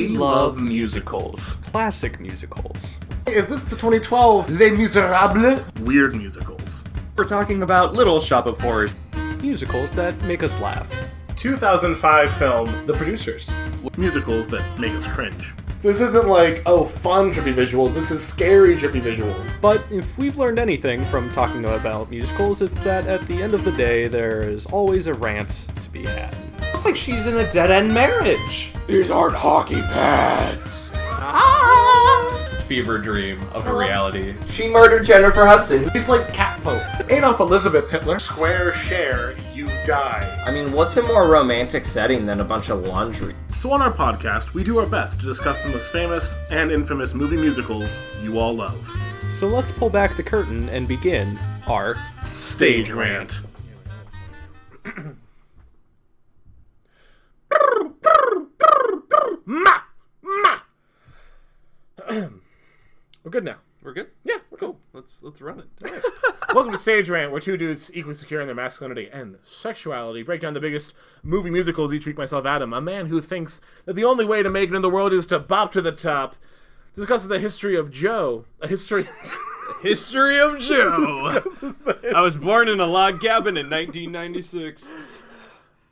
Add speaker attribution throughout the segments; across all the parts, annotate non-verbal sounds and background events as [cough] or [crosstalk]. Speaker 1: love musicals, classic musicals,
Speaker 2: Is this the 2012 Les Miserables?
Speaker 1: weird musicals. We're talking about Little Shop of Horrors, musicals that make us laugh,
Speaker 2: 2005 film, The Producers.
Speaker 3: musicals that make us cringe.
Speaker 2: This isn't like, oh, fun trippy visuals. This is scary trippy visuals.
Speaker 1: But if we've learned anything from talking about musicals, it's that at the end of the day, there is always a rant to be had.
Speaker 4: It's like she's in a dead end marriage.
Speaker 2: These aren't hockey pads.
Speaker 4: Fever dream of a reality.
Speaker 2: She murdered Jennifer Hudson. He's like Cat Pope. Adolf Elizabeth Hitler.
Speaker 3: Square share, you die.
Speaker 5: I mean, what's a more romantic setting than a bunch of laundry?
Speaker 3: So, on our podcast, we do our best to discuss the most famous and infamous movie musicals you all love.
Speaker 1: So let's pull back the curtain and begin our.
Speaker 3: Stage [coughs] rant.
Speaker 2: Ma! Ma! we're good now.
Speaker 4: We're good.
Speaker 2: Yeah, we're cool.
Speaker 4: Let's let's run it.
Speaker 2: Welcome to Stage Rant, where two dudes equally secure in their masculinity and sexuality break down the biggest movie musicals each week. Myself, Adam, a man who thinks that the only way to make it in the world is to bop to the top, discusses the history of Joe, a history. [laughs]
Speaker 4: History of Joe. I was born in a log cabin in 1996.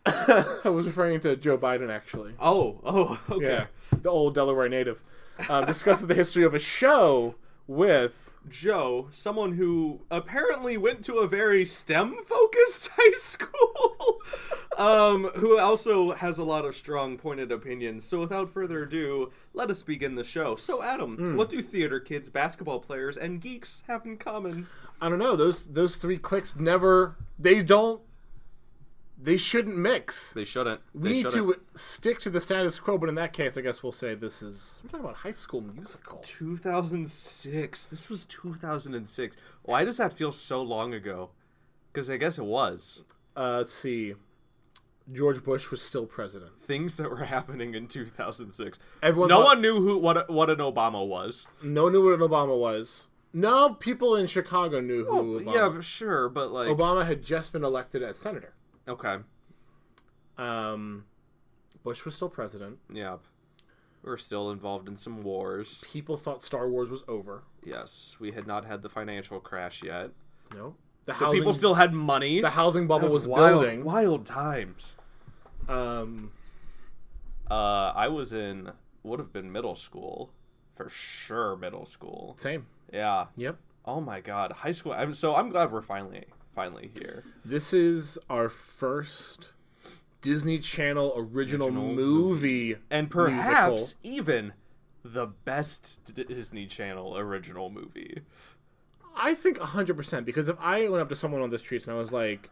Speaker 2: I was referring to Joe Biden, actually.
Speaker 4: Oh, oh, okay.
Speaker 2: Yeah, the old Delaware native. Um, discusses the history of a show with.
Speaker 4: Joe, someone who apparently went to a very STEM focused [laughs] high school, um, who also has a lot of strong pointed opinions. So, without further ado, let us begin the show. So, Adam, what do theater kids, basketball players, and geeks have in common?
Speaker 2: I don't know. Those those three clicks never. They don't. They shouldn't mix.
Speaker 4: They shouldn't.
Speaker 2: We need to stick to the status quo, but in that case, I guess we'll say this is. We're talking about High School Musical.
Speaker 4: 2006. This was 2006. Why does that feel so long ago? Because I guess it was.
Speaker 2: Uh, let's see. George Bush was still president.
Speaker 4: Things that were [laughs] happening in 2006.
Speaker 2: Everyone
Speaker 4: no
Speaker 2: thought-
Speaker 4: one knew who what a- what an Obama was.
Speaker 2: No one knew what an Obama was. No people in Chicago knew who Obama.
Speaker 4: Yeah, but sure, but like
Speaker 2: Obama had just been elected as senator.
Speaker 4: okay,
Speaker 2: Um, Bush was still president.
Speaker 4: yeah, we were still involved in some wars.
Speaker 2: People thought Star Wars was over.
Speaker 4: Yes, we had not had the financial crash yet.
Speaker 2: No, the
Speaker 4: So people still had money.
Speaker 2: the housing
Speaker 4: That
Speaker 2: bubble was,
Speaker 4: wild,
Speaker 2: building.
Speaker 4: wild times.
Speaker 2: Um,
Speaker 4: Uh, I was in would have been middle school for sure. Middle school,
Speaker 2: same.
Speaker 4: yeah.
Speaker 2: Yep.
Speaker 4: Oh my god, high school. I'm so I'm glad we're finally finally here.
Speaker 2: This is our first Disney Channel original,
Speaker 4: Original
Speaker 2: movie.
Speaker 4: and perhaps even the best D- Disney Channel original movie.
Speaker 2: I think 100% because if I went up to someone on the streets and I was like,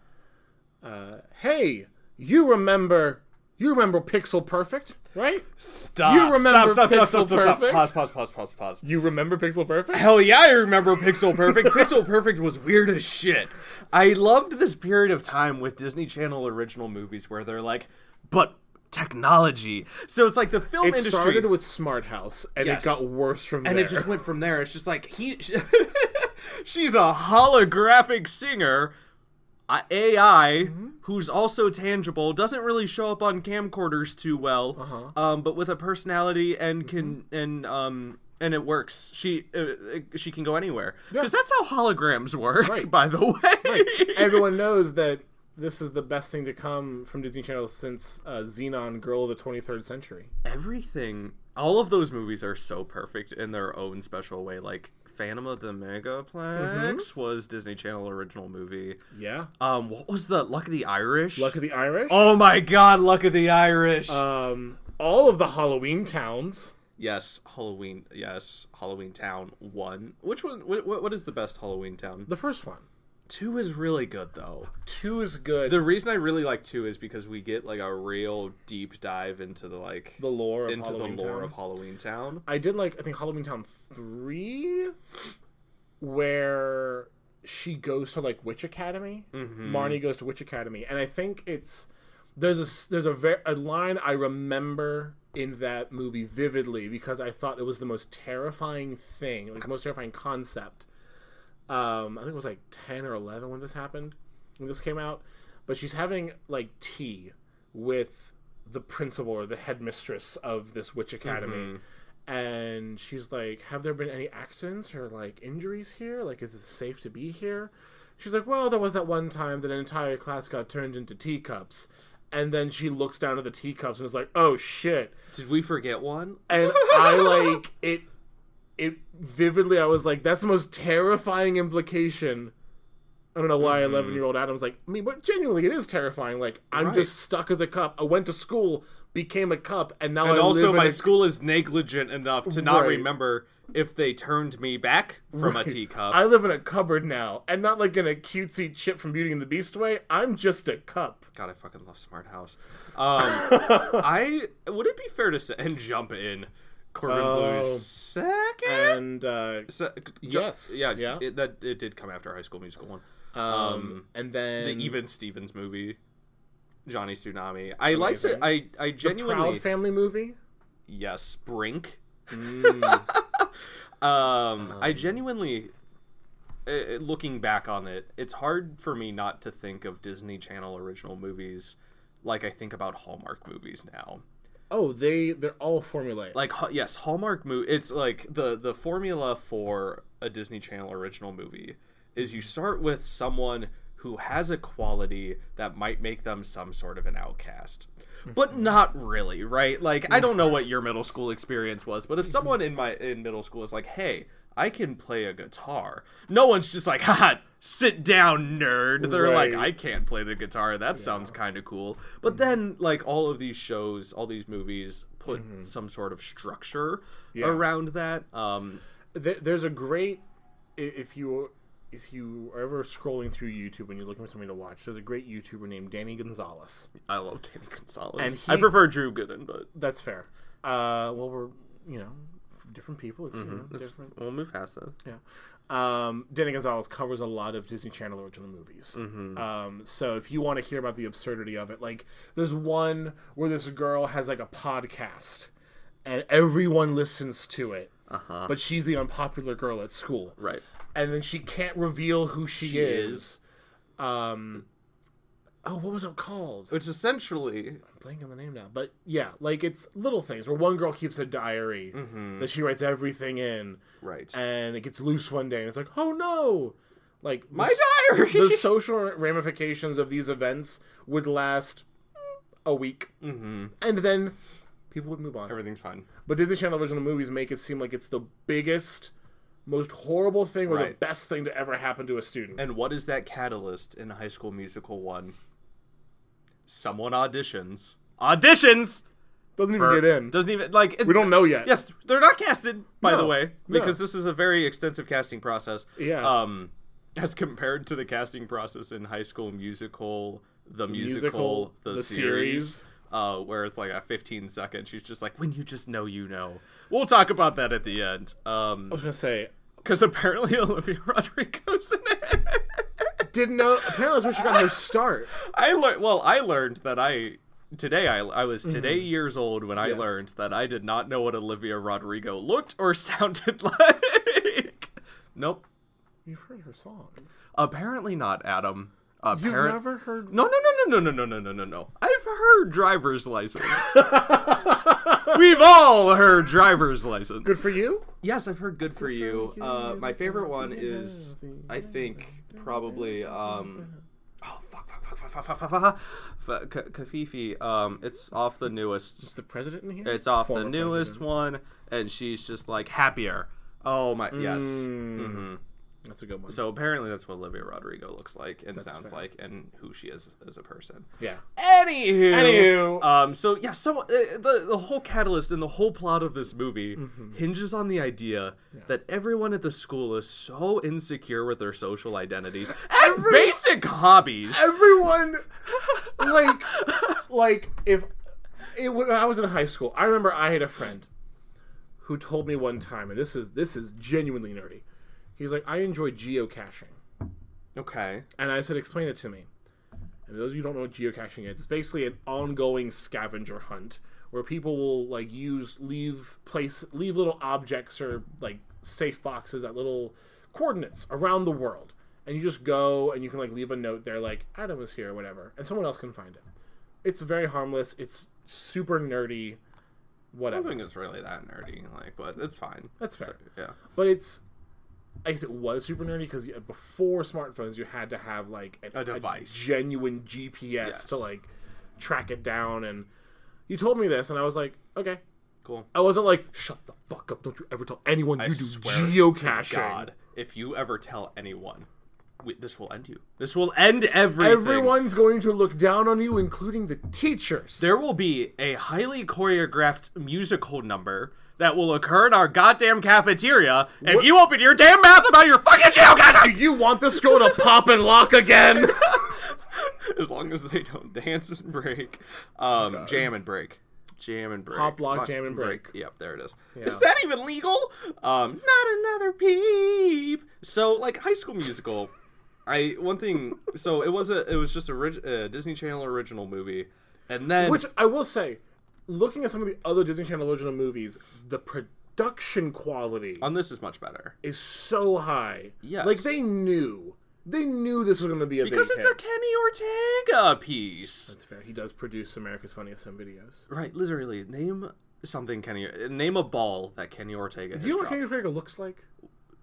Speaker 2: uh, "Hey, you remember you remember Pixel Perfect, right?
Speaker 4: Stop.
Speaker 2: You remember
Speaker 4: stop, stop,
Speaker 2: Pixel
Speaker 4: stop, stop, stop, stop.
Speaker 2: Perfect?
Speaker 4: Pause, pause, pause, pause, pause.
Speaker 2: You remember Pixel Perfect?"
Speaker 4: Hell yeah, I remember Pixel
Speaker 2: [laughs]
Speaker 4: Perfect. Pixel Perfect was weird as shit. I loved this period of time with Disney Channel original movies where they're like, but technology. So it's like the film
Speaker 2: It
Speaker 4: industry
Speaker 2: started with Smart House and
Speaker 4: Yes.
Speaker 2: it got worse from
Speaker 4: and
Speaker 2: there.
Speaker 4: it just went from there. It's just like he, [laughs] she's a holographic singer, a AI
Speaker 2: Mm-hmm.
Speaker 4: who's also tangible, doesn't really show up on camcorders too well,
Speaker 2: Uh-huh.
Speaker 4: um, but with a personality and can
Speaker 2: Mm-hmm.
Speaker 4: and um and it works. She uh, uh, she can go anywhere because that's how holograms work.
Speaker 2: Right.
Speaker 4: [laughs] By the way,
Speaker 2: [laughs] Everyone knows that this is the best thing to come from Disney Channel since uh, Xenon Girl of the 23rd Century.
Speaker 4: [laughs] everything all of those movies are so perfect in their own special way like phantom of the megaplex
Speaker 2: Mm-hmm.
Speaker 4: was disney channel original movie
Speaker 2: Yeah.
Speaker 4: um what was the luck of the irish Uh,
Speaker 2: Luck of the Irish.
Speaker 4: oh my god luck of the irish
Speaker 2: Um, all of the Halloween towns.
Speaker 4: yes halloween yes halloween town one which one what, what is the best halloween town
Speaker 2: The first one.
Speaker 4: two is really good though
Speaker 2: Two is good.
Speaker 4: the reason i really like two is because we get like a real deep dive into the like
Speaker 2: the lore of
Speaker 4: into
Speaker 2: Halloween
Speaker 4: the lore
Speaker 2: Town.
Speaker 4: of halloween town
Speaker 2: I did like I think Halloween Town three, where she goes to like Witch Academy.
Speaker 4: Mm-hmm.
Speaker 2: Marnie goes to Witch Academy, and I think it's there's a s- there's a, ver- a line I remember in that movie vividly because I thought it was the most terrifying thing, like the most terrifying concept. Um, I think it was like ten or eleven when this happened, when this came out. But she's having like tea with the principal or the headmistress of this witch academy and she's like have there been any accidents or like injuries here like is it safe to be here she's like well there was that one time that an entire class got turned into teacups and then she looks down at the teacups and is like oh shit
Speaker 4: Did we forget one?
Speaker 2: and I like it. It vividly, I was like, "That's the most terrifying implication." I don't know why
Speaker 4: Mm-hmm.
Speaker 2: eleven-year-old Adam's like, "I mean, but genuinely, it is terrifying. Like, I'm just stuck as a cup. I went to school, became a cup, and now
Speaker 4: And
Speaker 2: I
Speaker 4: also,
Speaker 2: live in
Speaker 4: my
Speaker 2: a-
Speaker 4: school is negligent enough to not
Speaker 2: Right.
Speaker 4: remember if they turned me back
Speaker 2: [laughs]
Speaker 4: from a teacup.
Speaker 2: I live in a cupboard now, and not like in a cutesy chip from Beauty and the Beast way. I'm just a
Speaker 4: [laughs]
Speaker 2: cup.
Speaker 4: God, I fucking love Smart House. Um, I would it be fair to say and jump in Corbin
Speaker 2: Oh.
Speaker 4: Blue's second?
Speaker 2: And uh,
Speaker 4: Se- ju-
Speaker 2: yes,
Speaker 4: yeah,
Speaker 2: yeah.
Speaker 4: It, that it did come after High School Musical one.
Speaker 2: um, and then
Speaker 4: The Even Stevens movie, Johnny Tsunami. I liked it. I I genuinely
Speaker 2: Proud Family movie.
Speaker 4: yes Brink.
Speaker 2: Mm.
Speaker 4: [laughs] um, I genuinely. uh, uh, Looking back on it, it's hard for me not to think of Disney Channel original movies like I think about Hallmark movies now.
Speaker 2: Oh, they they're all formulaic.
Speaker 4: like ha- yes hallmark movie it's like the the formula for a disney channel original movie is you start with someone who has a quality that might make them some sort of an outcast but not really right like i don't know what your middle school experience was but if someone in my in middle school is like hey i can play a guitar no one's just like haha sit down nerd they're like
Speaker 2: Right.
Speaker 4: i can't play the guitar that sounds kind of cool but then like all of these shows all these movies put some sort of structure around that um
Speaker 2: there, there's a great i- if you if you are ever scrolling through YouTube and you're looking for something to watch, there's a great YouTuber named Danny Gonzalez.
Speaker 4: i love danny gonzalez
Speaker 2: And
Speaker 4: i
Speaker 2: he-
Speaker 4: prefer drew gooden but
Speaker 2: That's fair. Uh, well, we're you know different people. It's you know, different.
Speaker 4: we'll move past that
Speaker 2: Yeah. Um, Danny Gonzalez covers a lot of Disney Channel original movies. Um, so if you want to hear about the absurdity of it, like there's one where this girl has like a podcast and everyone listens to it. Uh-huh. But she's the unpopular girl at school.
Speaker 4: Right.
Speaker 2: And then she can't reveal who she,
Speaker 4: She
Speaker 2: is. Um Oh, what was it called?
Speaker 4: which essentially
Speaker 2: blanking on the name now, but yeah, like it's little things where one girl keeps a diary that she writes everything in,
Speaker 4: right
Speaker 2: and it gets loose one day and it's like oh no like the
Speaker 4: my
Speaker 2: s- [laughs]
Speaker 4: [laughs] diary
Speaker 2: the social ramifications of these events would last mm, a week mm-hmm. and then people would move on
Speaker 4: everything's fine
Speaker 2: but disney channel original movies make it seem like it's the biggest most horrible thing or the
Speaker 4: Right.
Speaker 2: best thing to ever happen to a student
Speaker 4: and what is that catalyst in high school musical one someone auditions auditions
Speaker 2: doesn't even
Speaker 4: for-
Speaker 2: get in
Speaker 4: doesn't even like
Speaker 2: we don't know [laughs] yet
Speaker 4: Yes, they're not casted, by the
Speaker 2: No,
Speaker 4: way,
Speaker 2: no.
Speaker 4: because this is a very extensive casting process.
Speaker 2: Yeah.
Speaker 4: Um, as compared to the casting process in High School Musical, the musical, the, series. Uh, where it's like a 15 second, she's just like, when you just know, you know. We'll talk about that at the end. Um,
Speaker 2: i was gonna say
Speaker 4: because apparently [laughs] Olivia Rodrigo's in it.
Speaker 2: didn't know apparently that's where she got her start
Speaker 4: I learned. Well, I learned that I today I, I was today years old when I
Speaker 2: Mm-hmm. Yes.
Speaker 4: learned that I did not know what Olivia Rodrigo looked or [laughs] sounded like. nope.
Speaker 2: you've heard her songs
Speaker 4: Apparently not, Adam.
Speaker 2: you've
Speaker 4: Apparent-
Speaker 2: never heard
Speaker 4: No, no, no, no, no, no, no, no, no, no, no. I've heard
Speaker 2: [laughs]
Speaker 4: driver's license. We've all heard driver's license.
Speaker 2: good for you
Speaker 4: Yes, I've heard good for you. Uh, my favorite one is, I think, probably. Um, oh fuck! Fuck! Fuck! Fuck! Fuck! Fuck! Fuck! fuck, fuck Ka- Kafifi. Um, it's off the newest.
Speaker 2: is the president in here
Speaker 4: It's off
Speaker 2: Former
Speaker 4: the newest
Speaker 2: president.
Speaker 4: one, and she's just like happier. Oh my! Yes.
Speaker 2: Mm.
Speaker 4: hmm
Speaker 2: that's a good one
Speaker 4: So apparently, that's what Olivia Rodrigo looks like and sounds
Speaker 2: fair.
Speaker 4: like, and who she is as a person.
Speaker 2: yeah
Speaker 4: Anywho,
Speaker 2: Anywho.
Speaker 4: um, so yeah, so uh, the the whole catalyst and the whole plot of this movie
Speaker 2: Mm-hmm.
Speaker 4: hinges on the idea that everyone at the school is so insecure with their
Speaker 2: [laughs]
Speaker 4: social identities and basic hobbies.
Speaker 2: everyone
Speaker 4: [laughs]
Speaker 2: like like if it, when I was in high school, I remember I had a friend who told me one time, and this is this is genuinely nerdy. He's like, I enjoy geocaching,
Speaker 4: okay,
Speaker 2: and I said, explain it to me. And those of you who don't know what geocaching is, it's basically an ongoing scavenger hunt where people will like use leave place leave little objects or like safe boxes at little coordinates around the world. And you just go and you can like leave a note there like Adam is here or whatever and someone else can find it. It's very harmless. It's super nerdy,
Speaker 4: I
Speaker 2: whatever.
Speaker 4: don't think it's really that nerdy, like, but it's fine.
Speaker 2: That's fair.
Speaker 4: yeah.
Speaker 2: But it's, I guess it was super nerdy because before smartphones, you had to have like an-
Speaker 4: A device.
Speaker 2: genuine GPS to
Speaker 4: Yes.
Speaker 2: like track it down. And you told me this, and I was like, okay.
Speaker 4: Cool.
Speaker 2: I wasn't like, shut the fuck up! Don't you ever tell anyone you do
Speaker 4: to
Speaker 2: geocaching.
Speaker 4: God, if you ever tell anyone, we, this will end you. This will end everything.
Speaker 2: Everyone's going to look down on you, including the teachers. [laughs]
Speaker 4: There will be a highly choreographed musical number that will occur in our goddamn cafeteria if you open your damn mouth about your fucking geocaching!
Speaker 2: you want the school to pop and lock again?
Speaker 4: [laughs] As long as they don't dance and break. Um, jam and break. Jam and break.
Speaker 2: Pop, lock,
Speaker 4: Fuck,
Speaker 2: jam, and break.
Speaker 4: Yep, there it is. Is that even legal? Um, not another peep. So, like High School Musical, I one thing. So it was a it was just a, orig- a Disney Channel original movie, and then
Speaker 2: Which I will say, looking at some of the other Disney Channel original movies, the production quality
Speaker 4: on this is much better
Speaker 2: is so high.
Speaker 4: Yes.
Speaker 2: Like they knew. They knew this was going to be a
Speaker 4: because
Speaker 2: big
Speaker 4: it's
Speaker 2: hit.
Speaker 4: a Kenny Ortega piece.
Speaker 2: That's fair. He does produce America's Funniest Home Videos.
Speaker 4: Right, literally name something Kenny. Name a ball that Kenny Ortega. Has
Speaker 2: Do you know what
Speaker 4: dropped.
Speaker 2: Kenny Ortega looks like?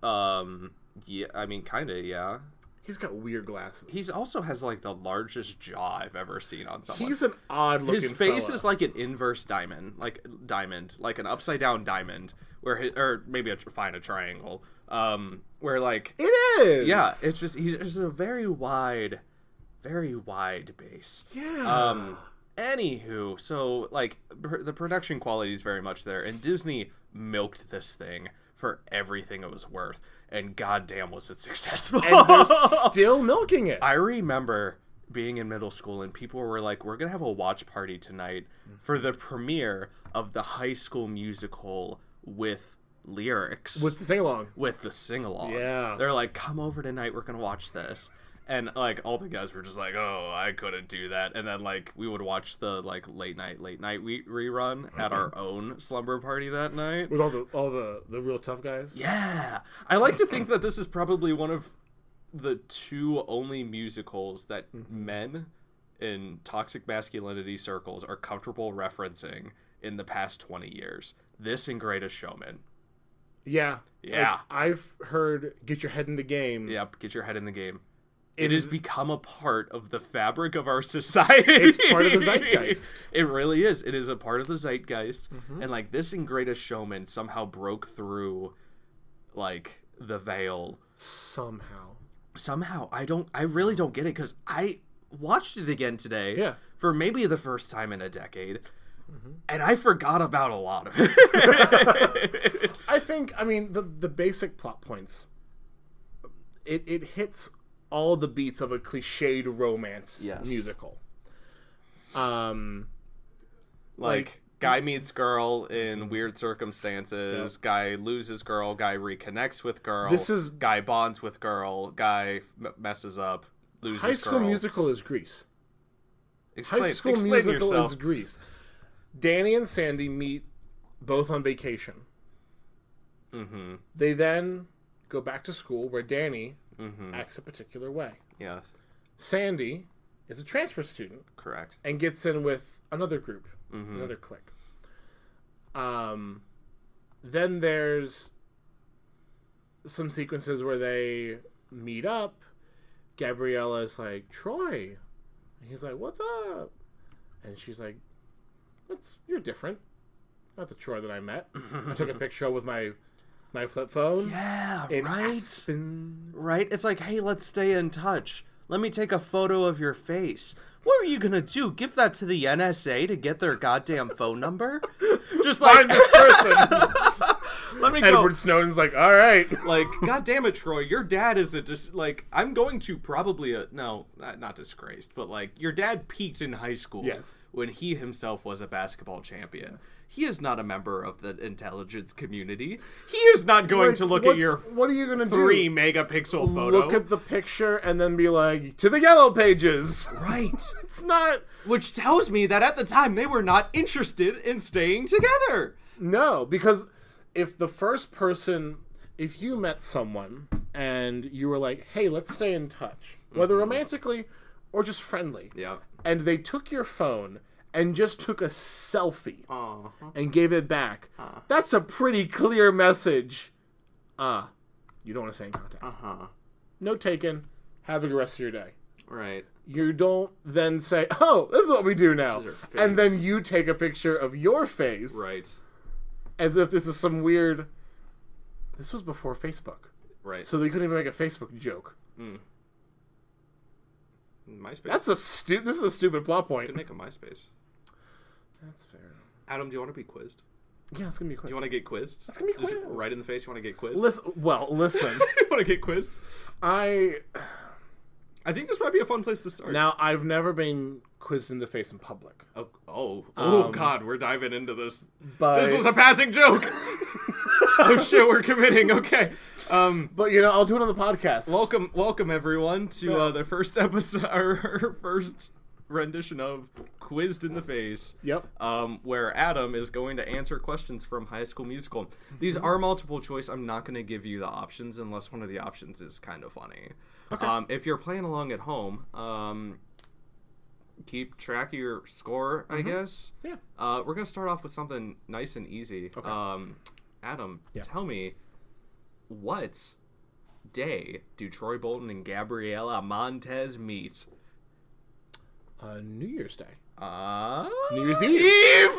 Speaker 4: Um, yeah, I mean, kind of, yeah.
Speaker 2: He's got weird glasses.
Speaker 4: He's also has like the largest jaw I've ever seen on someone.
Speaker 2: He's an odd looking.
Speaker 4: his face is like an inverse diamond, like diamond, like an upside down diamond, where his, or maybe a tr- fine a triangle, um, where like
Speaker 2: It is.
Speaker 4: yeah, it's just he's just a very wide, very wide base.
Speaker 2: yeah.
Speaker 4: Um, anywho, so like pr- the production quality is very much there, and Disney milked this thing for everything it was worth, and goddamn was it [laughs] successful.
Speaker 2: and they're
Speaker 4: [laughs]
Speaker 2: still milking it.
Speaker 4: I remember being in middle school and people were like, "We're gonna have a watch party tonight for
Speaker 2: Mm-hmm.
Speaker 4: the premiere of the High School Musical with lyrics
Speaker 2: with the sing along.
Speaker 4: with the sing along.
Speaker 2: Yeah.
Speaker 4: They're like, come over tonight, we're gonna watch this. And like all the guys were just like, oh, I couldn't do that. And then like we would watch the like late night, late night we- rerun at our own slumber party that night.
Speaker 2: With all the all the the real tough guys.
Speaker 4: Yeah, I like to think that this is probably one of the two only musicals that men in toxic masculinity circles are comfortable referencing in the past twenty years. This and Greatest Showman.
Speaker 2: Yeah.
Speaker 4: Yeah.
Speaker 2: Like, I've heard "Get Your Head in the Game."
Speaker 4: Yep, get your head in the game.
Speaker 2: In-
Speaker 4: it has become a part of the fabric of our [laughs] society. It's
Speaker 2: part of the
Speaker 4: [laughs]
Speaker 2: zeitgeist. Mm-hmm.
Speaker 4: it really is. It is a part of the zeitgeist. And like this and Greatest Showman somehow broke through like the veil.
Speaker 2: Somehow.
Speaker 4: Somehow. I don't I really don't get it cuz I watched it again today
Speaker 2: Yeah. Mm-hmm.
Speaker 4: for maybe the first time in a decade. And I forgot about a lot of
Speaker 2: [laughs]
Speaker 4: it. [laughs]
Speaker 2: I think I mean the the basic plot points. It it hits all the beats of a cliched romance
Speaker 4: Yes.
Speaker 2: musical. Um,
Speaker 4: like,
Speaker 2: Like-
Speaker 4: guy meets girl in weird circumstances guy loses girl guy reconnects with girl
Speaker 2: This is-
Speaker 4: guy bonds with girl guy m- messes up loses
Speaker 2: High School
Speaker 4: girl.
Speaker 2: Musical is Grease.
Speaker 4: explain,
Speaker 2: High School
Speaker 4: explain
Speaker 2: Musical
Speaker 4: yourself.
Speaker 2: is Grease. Danny and Sandy meet both on vacation.
Speaker 4: Mhm.
Speaker 2: They then go back to school where Danny
Speaker 4: mm-hmm. Mm.
Speaker 2: acts a particular way.
Speaker 4: yes
Speaker 2: Sandy is a transfer student
Speaker 4: correct
Speaker 2: and gets in with another group,
Speaker 4: Mm-hmm.
Speaker 2: another clique. Um, then there's some sequences where they meet up. Gabriella's like Troy, and he's like, "What's up?" And she's like, "That's you're different, not the Troy that I met. I took a
Speaker 4: [laughs]
Speaker 2: picture with my my flip phone
Speaker 4: yeah
Speaker 2: in
Speaker 4: right
Speaker 2: Aspen."
Speaker 4: [laughs] right it's like hey let's stay in touch let me take a photo of your face what are you gonna do give that to the nsa to get their goddamn phone
Speaker 2: [laughs]
Speaker 4: number just
Speaker 2: Find
Speaker 4: like
Speaker 2: this person.
Speaker 4: let me go
Speaker 2: Edward Snowden's like, "All right." [laughs]
Speaker 4: like god damn it troy your dad is a dis- like i'm going to probably a no not, not disgraced but like your dad peaked in high school
Speaker 2: Yes.
Speaker 4: when he himself was a basketball champion he is not a member of the intelligence community he is not [laughs] going
Speaker 2: Like,
Speaker 4: to look at
Speaker 2: what's-
Speaker 4: your
Speaker 2: what are you gonna do?
Speaker 4: three megapixel photo
Speaker 2: look at the picture and then be like to the yellow pages [laughs]
Speaker 4: right
Speaker 2: it's not
Speaker 4: which tells me that at the time they were not interested in staying together
Speaker 2: no because if the first person if you met someone and you were like hey let's stay in touch whether romantically or just friendly
Speaker 4: Mm-hmm. yeah
Speaker 2: and they took your phone and just took a selfie and gave it back,
Speaker 4: Ah.
Speaker 2: that's a pretty clear message. Uh, you don't want to stay in contact.
Speaker 4: Uh huh.
Speaker 2: No taken. Have a good rest of your day.
Speaker 4: Right.
Speaker 2: You don't then say, "Oh, this is what we do now,"
Speaker 4: This is her face.
Speaker 2: and then you take a picture of your face,
Speaker 4: Right.
Speaker 2: as if this is some weird. This was before Facebook,
Speaker 4: Right.
Speaker 2: so they couldn't even make a Facebook joke.
Speaker 4: MySpace.
Speaker 2: That's a stu- This is a stupid plot
Speaker 4: could
Speaker 2: point.
Speaker 4: make a MySpace.
Speaker 2: That's fair.
Speaker 4: Adam, do you want to be quizzed?
Speaker 2: Yeah, it's gonna be quick.
Speaker 4: Do you want to get quizzed? That's
Speaker 2: gonna be
Speaker 4: Just
Speaker 2: quizzed.
Speaker 4: right in the face. You want to get quizzed?
Speaker 2: listen? Well, listen.
Speaker 4: [laughs] you want to get quizzed?
Speaker 2: I
Speaker 4: I think this might be a fun place to start.
Speaker 2: now I've never been quizzed in the face in public,
Speaker 4: oh, oh,
Speaker 2: Um,
Speaker 4: oh God, we're diving into this.
Speaker 2: but
Speaker 4: This was a passing joke. [laughs] oh shit, we're committing. Okay. Um.
Speaker 2: but you know I'll do it on the podcast.
Speaker 4: Welcome, welcome everyone to uh, the first episode, [laughs] our first rendition of "Quizzed in the Face."
Speaker 2: Yep.
Speaker 4: Um, where Adam is going to answer questions from High School Musical. These are multiple choice. I'm not going to give you the options unless one of the options is kind of funny. Okay. Um, if you're playing along at home, um, keep track of your score, I guess.
Speaker 2: Yeah.
Speaker 4: Uh, we're gonna start off with something nice and easy. Okay. Um, Adam, tell me what day do Troy Bolton and Gabriela Montez meet?
Speaker 2: Uh, New Year's Day.
Speaker 4: Uh,
Speaker 2: New Year's Eve.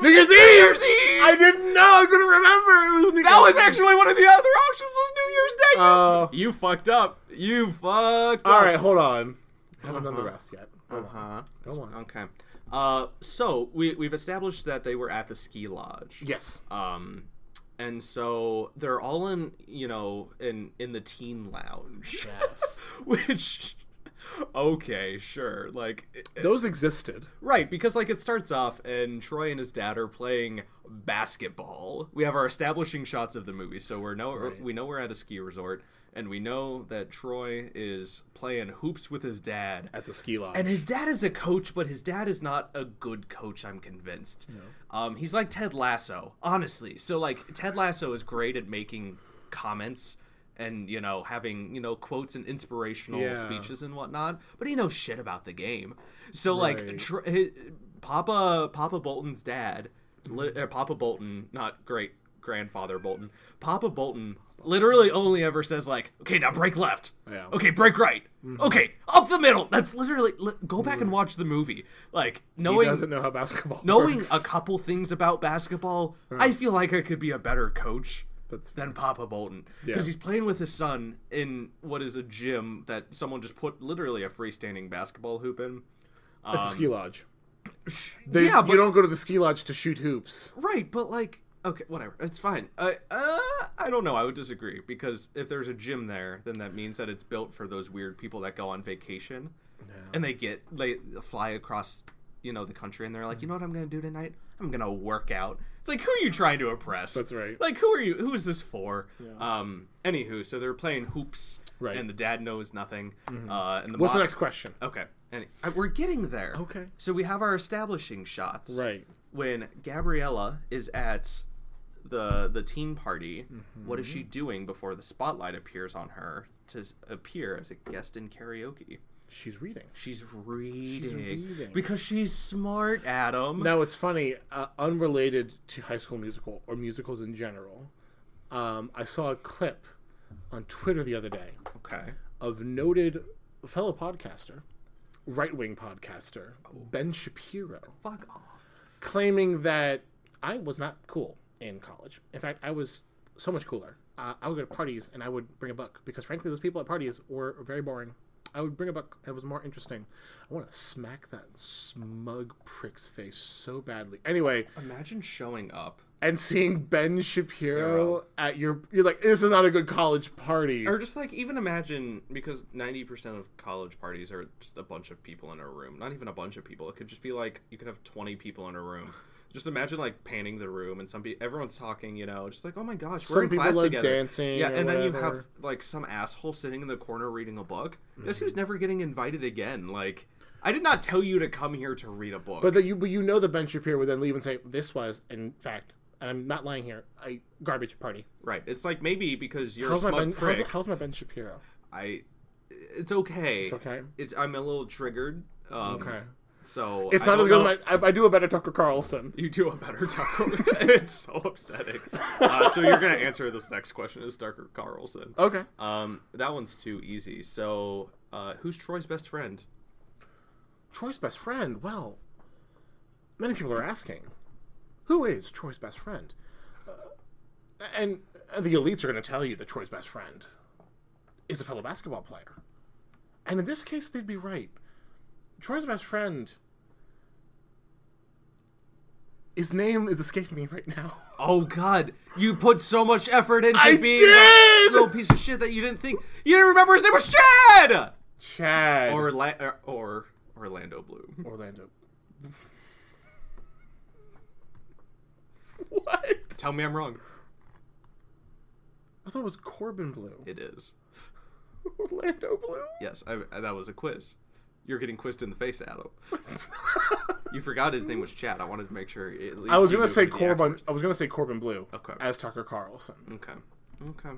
Speaker 4: New Year's Eve.
Speaker 2: I didn't know. I couldn't remember. It was New
Speaker 4: that was actually one of the other options. Was New Year's Day?
Speaker 2: Oh.
Speaker 4: you fucked up. You fucked.
Speaker 2: All
Speaker 4: up.
Speaker 2: right, hold on. I haven't done the rest yet. Hold on.
Speaker 4: Uh-huh.
Speaker 2: Go on.
Speaker 4: Okay. Uh, so we we've established that they were at the ski lodge.
Speaker 2: Yes.
Speaker 4: Um, and so they're all in, you know, in in the teen lounge,
Speaker 2: Yes.
Speaker 4: [laughs] which okay, sure, like it- it-
Speaker 2: Those existed.
Speaker 4: right because like it starts off and Troy and his dad are playing basketball. We have our establishing shots of the movie, so we're no we know we're at a ski resort and we know that Troy is playing hoops with his dad.
Speaker 2: At the ski lodge.
Speaker 4: And his dad is a coach, but his dad is not a good coach. I'm convinced. Um, he's like Ted Lasso, honestly. So like Ted Lasso is great at making comments and you know having you know quotes and inspirational
Speaker 2: Yeah.
Speaker 4: speeches and whatnot, but he knows shit about the game. So like
Speaker 2: Right.
Speaker 4: tr- hi Papa Papa Bolton's dad, li- uh, Papa Bolton, not great grandfather Bolton, Papa Bolton. Literally, only ever says like, "Okay, now break left."
Speaker 2: Yeah.
Speaker 4: Okay, break right.
Speaker 2: Mm-hmm.
Speaker 4: Okay, up the middle. That's literally li- go back and watch the movie. Like
Speaker 2: he
Speaker 4: knowing
Speaker 2: doesn't know how basketball
Speaker 4: knowing
Speaker 2: works.
Speaker 4: a couple things about basketball, I feel like I could be a better coach
Speaker 2: That's-
Speaker 4: than Papa Bolton because
Speaker 2: Yeah.
Speaker 4: he's playing with his son in what is a gym that someone just put literally a freestanding basketball hoop in.
Speaker 2: at the ski lodge. They,
Speaker 4: Um, yeah, but
Speaker 2: you don't go to the ski lodge to shoot hoops.
Speaker 4: right, but like okay, whatever. It's fine. Uh, uh, I don't know. I would disagree because if there's a gym there, then that means that it's built for those weird people that go on vacation. and they get they fly across you know the country and they're like you know what i'm gonna do tonight i'm gonna work out it's like who are you trying to oppress
Speaker 2: That's right.
Speaker 4: like who are you who is this for um anywho so they're playing hoops
Speaker 2: Right. Mm-hmm.
Speaker 4: and the dad knows nothing uh and the
Speaker 2: What's the
Speaker 4: mom-
Speaker 2: next question?
Speaker 4: okay any uh, we're getting there
Speaker 2: Okay.
Speaker 4: so we have our establishing shots
Speaker 2: Right.
Speaker 4: when gabriella is at the the teen party what is she doing before the spotlight appears on her to s- appear as a guest in karaoke
Speaker 2: She's reading.
Speaker 4: She's reading.
Speaker 2: reading.
Speaker 4: Because she's smart, Adam.
Speaker 2: Now it's funny, uh, unrelated to High School Musical or musicals in general. Um, I saw a clip on Twitter the other day
Speaker 4: Okay.
Speaker 2: of noted fellow podcaster, right wing podcaster Ben Shapiro,
Speaker 4: Fuck off.
Speaker 2: claiming that I was not cool in college. In fact, I was so much cooler. Uh, I would go to parties and I would bring a book because, frankly, those people at parties were very boring. I would bring a book that was more interesting. I want to smack that smug prick's face so badly. Anyway,
Speaker 4: Imagine showing up.
Speaker 2: and seeing Ben Shapiro at your, you're like, this is not a good college party.
Speaker 4: Or just like even imagine because 90% of college parties are just a bunch of people in a room. Not even a bunch of people. It could just be like you could have 20 people in
Speaker 2: [laughs]
Speaker 4: a room. Just imagine like panning the room and some pe- everyone's talking, you know, just like, "Oh my gosh, we're
Speaker 2: Some
Speaker 4: in
Speaker 2: people
Speaker 4: class
Speaker 2: like
Speaker 4: together."
Speaker 2: dancing
Speaker 4: yeah,
Speaker 2: or
Speaker 4: and then you
Speaker 2: whatever.
Speaker 4: have like some asshole sitting in the corner reading a book. Guess
Speaker 2: Mm-hmm.
Speaker 4: who's never getting invited again? Like, I did not tell you to come here to read a book.
Speaker 2: But that you, but you know that Ben Shapiro would then leave and say, "This was, in fact, and I'm not lying here, a garbage party."
Speaker 4: Right. It's like maybe because you're
Speaker 2: How's
Speaker 4: a
Speaker 2: my
Speaker 4: smug
Speaker 2: Ben? How's,
Speaker 4: prick.
Speaker 2: how's my Ben Shapiro?
Speaker 4: I. It's okay. It's
Speaker 2: okay?
Speaker 4: It's I'm a little triggered. Um,
Speaker 2: Okay.
Speaker 4: So
Speaker 2: It's
Speaker 4: I
Speaker 2: not
Speaker 4: don't
Speaker 2: as good
Speaker 4: know-
Speaker 2: as my. I, I do a better Tucker Carlson.
Speaker 4: You do a better [laughs] Tucker. it's so upsetting. Uh, so you're gonna answer this next question is Tucker Carlson.
Speaker 2: Okay.
Speaker 4: Um, that one's too easy. So, uh, who's Troy's best friend?
Speaker 2: Troy's best friend. Well, many people are asking, who is Troy's best friend? Uh, and, and the elites are going to tell you that Troy's best friend is a fellow basketball player. And in this case, they'd be right. Troy's best friend. His name is escaping me right now.
Speaker 4: Oh God! You put so much effort into
Speaker 2: I
Speaker 4: being
Speaker 2: did!
Speaker 4: that little piece of shit that you didn't think you didn't remember his name was Chad
Speaker 2: [laughs] Chad.
Speaker 4: or La- or- or Orlando Bloom.
Speaker 2: Orlando. [laughs]
Speaker 4: Tell me I'm wrong.
Speaker 2: I thought it was Corbin Blue.
Speaker 4: It is.
Speaker 2: [laughs] Orlando Blue?
Speaker 4: Yes, I, I- that was a quiz. You're getting quizzed in the face, Adam. you forgot his name was Chad. I wanted to make sure. At least
Speaker 2: I was
Speaker 4: you
Speaker 2: gonna
Speaker 4: knew
Speaker 2: say
Speaker 4: who the
Speaker 2: Corbin.
Speaker 4: actor
Speaker 2: I was gonna say Corbin Blue
Speaker 4: Okay.
Speaker 2: as Tucker Carlson.
Speaker 4: was. Okay. Okay.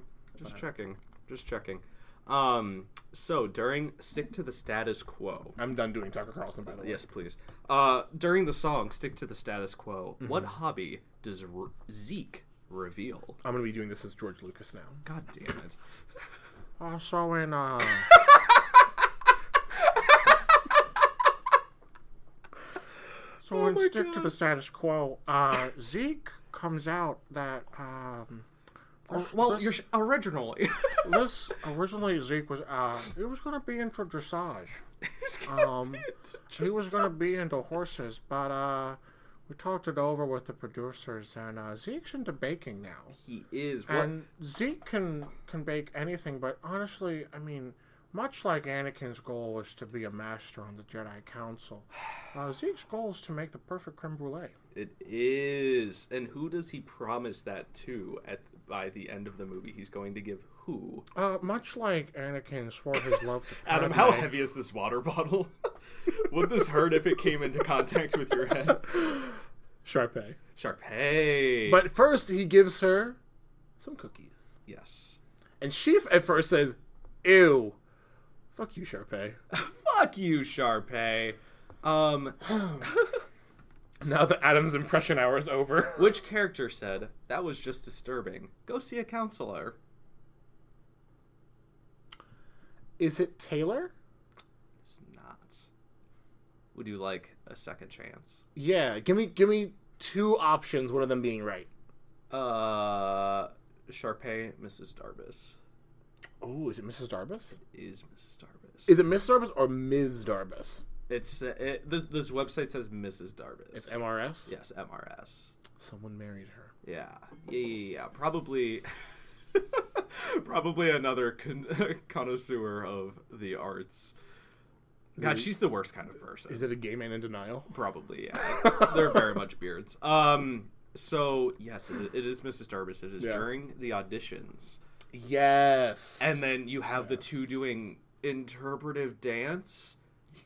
Speaker 4: Just checking. Just checking. Um. So during "Stick to the Status Quo,"
Speaker 2: I'm done doing Tucker Carlson, by the way.
Speaker 4: Yes, please. Uh, during the song "Stick to the Status Quo,"
Speaker 2: Mm-hmm.
Speaker 4: what hobby does R- Zeke reveal?
Speaker 2: I'm gonna be doing this as George Lucas now.
Speaker 4: God damn it!
Speaker 2: Also in [laughs] uh So in stick to the status quo, uh Zeke comes out that um
Speaker 4: well, you're originally. [laughs]
Speaker 2: this originally Zeke was uh he was gonna be into dressage.
Speaker 4: [laughs]
Speaker 2: Um he was gonna be into horses, but uh we talked it over with the producers and uh Zeke's into baking now.
Speaker 4: he is. What?
Speaker 2: And Zeke can can bake anything, but honestly, I mean, much like Anakin's goal was to be a master on the Jedi
Speaker 4: [sighs]
Speaker 2: Council, uh, Zeke's goal is to make the perfect creme brulee.
Speaker 4: It is. And who does he promise that to at by the end of the movie? He's going to give who?
Speaker 2: Uh, much like Anakin swore his love to Padme,
Speaker 4: [laughs] Adam, how heavy is this water [laughs] bottle? Would this hurt if it came into contact with your head?
Speaker 2: Sharpay.
Speaker 4: Sharpay.
Speaker 2: But first, he gives her some cookies,
Speaker 4: yes.
Speaker 2: and she f- at first says, "Ew, fuck you, Sharpay."
Speaker 4: Fuck you, Sharpay. Um, [gasps]
Speaker 2: now that Adam's impression hour is over,
Speaker 4: Which character said, That was just disturbing. Go see a counselor.
Speaker 2: is it Taylor?
Speaker 4: It's not. Would you like a second chance?
Speaker 2: Yeah, give me give me two options. One of them being right.
Speaker 4: Uh, Sharpay, Mrs. Darbus.
Speaker 2: Oh, is it Mrs. Darbus?
Speaker 4: Is Mrs. Darbus.
Speaker 2: Is it Miss Darbus or Ms. Darbus?
Speaker 4: it's, uh, it, this, this website says Mrs. Darbus.
Speaker 2: It's MRS.
Speaker 4: yes, MRS.
Speaker 2: Someone married her.
Speaker 4: Yeah. Yeah, yeah, yeah, yeah. Probably. [laughs] Probably another con- [laughs] connoisseur of the arts. God, she's the worst kind of person.
Speaker 2: Is it a gay man in denial? [laughs]
Speaker 4: Probably, yeah. They're very much beards. Um, so yes, it, it is Mrs. Darbus. It is
Speaker 2: Yeah.
Speaker 4: during the auditions,
Speaker 2: Yes.
Speaker 4: and then you have the two doing interpretive dance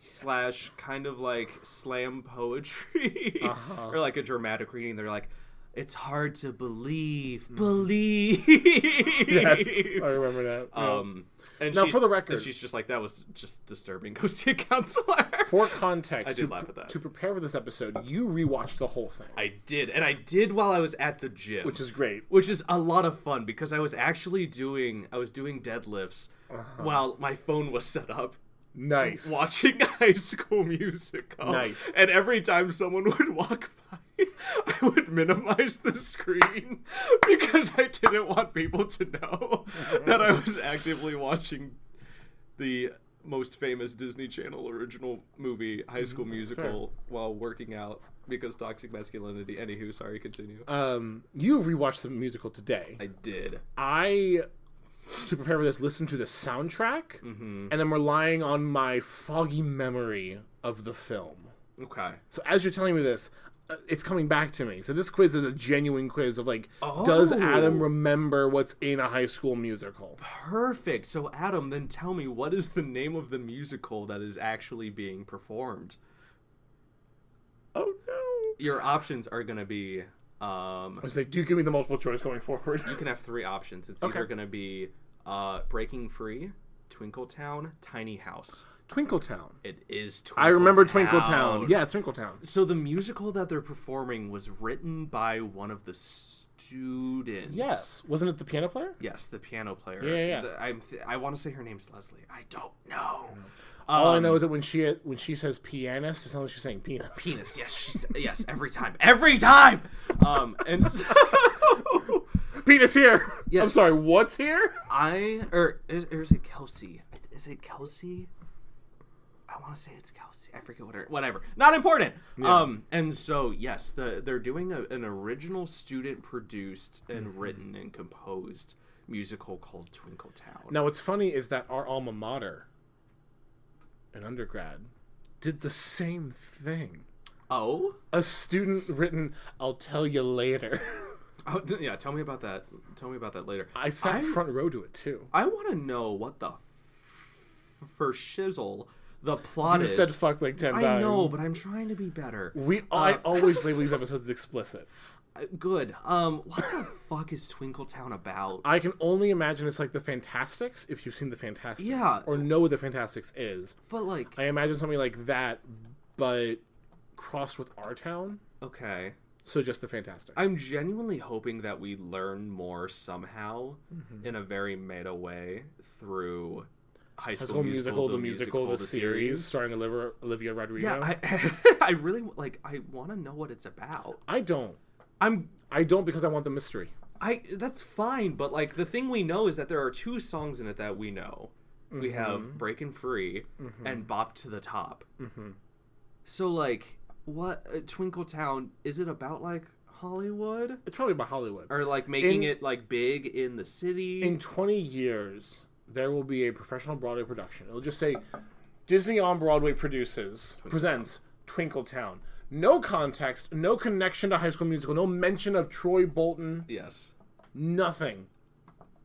Speaker 4: slash kind of like slam poetry
Speaker 2: Uh-huh.
Speaker 4: or like a dramatic reading. They're like, "It's hard to believe, believe."
Speaker 2: Mm-hmm. yes, I remember that. Yeah.
Speaker 4: [laughs] Um, and
Speaker 2: Now,
Speaker 4: she's-
Speaker 2: for the record-
Speaker 4: and she's just like, "That was just disturbing. [laughs] Go see a counselor."
Speaker 2: For context,
Speaker 4: I did
Speaker 2: to,
Speaker 4: laugh at that.
Speaker 2: to prepare for this episode, you rewatched the whole thing,
Speaker 4: I did, and I did while I was at the gym,
Speaker 2: which is great.
Speaker 4: which is a lot of fun because I was actually doing I was doing deadlifts
Speaker 2: Uh-huh.
Speaker 4: while my phone was set up
Speaker 2: Nice.
Speaker 4: watching [laughs] High School Musical.
Speaker 2: Nice.
Speaker 4: And every time someone [laughs] would walk by, I would minimize the screen [laughs] because I didn't want people to know that I was actively watching the most famous Disney Channel original movie, High School Musical, while working out because toxic masculinity. Anywho, sorry, continue.
Speaker 2: Um, you rewatched the musical today.
Speaker 4: I did.
Speaker 2: I, to prepare for this, listened to the soundtrack, and I'm relying on my foggy memory of the film.
Speaker 4: Okay.
Speaker 2: So as you're telling me this, uh, it's coming back to me. So this quiz is a genuine quiz of like, does Adam
Speaker 4: Oh.
Speaker 2: remember what's in a High School Musical?
Speaker 4: Perfect. So, Adam, then tell me what is the name of the musical that is actually being performed?
Speaker 2: Oh no!
Speaker 4: Your options are going to be
Speaker 2: I
Speaker 4: um,
Speaker 2: was like, do give me the [laughs] multiple choice going forward.
Speaker 4: you can have three options. It's
Speaker 2: Okay.
Speaker 4: either going to be uh, Breaking Free, Twinkletown Tiny House.
Speaker 2: Twinkletown.
Speaker 4: It is Twinkle
Speaker 2: I remember Twinkletown. Yeah, Twinkletown.
Speaker 4: So the musical that they're performing was written by one of the students.
Speaker 2: Yes. Wasn't it the piano player?
Speaker 4: Yes, the piano player.
Speaker 2: Yeah, yeah, yeah.
Speaker 4: The- I'm th- I want to say her name's Leslie. I don't know.
Speaker 2: All I know is that when she when she says pianist, it sounds like she's saying penis.
Speaker 4: penis. Yes, she's yes every time, every time. Um, and
Speaker 2: [laughs]
Speaker 4: [laughs] so
Speaker 2: [laughs] Penis here. I'm
Speaker 4: Yes.
Speaker 2: sorry. What's here?
Speaker 4: I or is, or is it Kelsey? Is it Kelsey? I want to say it's Kelsey. I forget what her whatever. Not important. Um, and so yes, the they're doing a, an original student produced and
Speaker 2: Mm-hmm.
Speaker 4: written and composed musical called Twinkle Town.
Speaker 2: Now, what's funny is that our alma mater, an undergrad, did the same thing.
Speaker 4: Oh,
Speaker 2: A student written, "I'll tell you later." [laughs]
Speaker 4: oh d- yeah. Tell me about that. Tell me about that later.
Speaker 2: I sat
Speaker 4: I'm-
Speaker 2: front row to it too.
Speaker 4: I want to know what the f- for shizzle the plot
Speaker 2: You
Speaker 4: is.
Speaker 2: said fuck like ten times.
Speaker 4: I know, but uh, I'm trying to be better.
Speaker 2: we.
Speaker 4: [laughs]
Speaker 2: I always label these episodes as explicit.
Speaker 4: Uh, Good. Um, what the fuck is Twinkletown about?
Speaker 2: I can only imagine it's like the Fantastics, if you've seen the Fantastics,
Speaker 4: Yeah.
Speaker 2: or know what the Fantastics is.
Speaker 4: But like,
Speaker 2: I imagine something like that, but crossed with our town.
Speaker 4: okay.
Speaker 2: So just the Fantastics.
Speaker 4: I'm genuinely hoping that we learn more somehow
Speaker 2: Mm-hmm.
Speaker 4: in a very meta way through High School,
Speaker 2: musical, musical, the musical, the, series, starring Olivia, Olivia Rodrigo.
Speaker 4: Yeah, I, I [laughs] really like. I want to know what it's about.
Speaker 2: I don't.
Speaker 4: I'm.
Speaker 2: I don't because I want the mystery.
Speaker 4: I. That's fine, but like the thing we know is that there are two songs in it that we know. We have "Breaking Free" and "Bop to the Top." So like, what uh, Twinkle Town is it about? Like Hollywood
Speaker 2: It's probably about Hollywood.
Speaker 4: or like making
Speaker 2: In-
Speaker 4: it like big in the city?
Speaker 2: In 20 years, there will be a professional Broadway production. It'll just say Disney on Broadway produces presents Twinkle Town. No context, no connection to High School Musical, no mention of Troy Bolton,
Speaker 4: yes,
Speaker 2: nothing.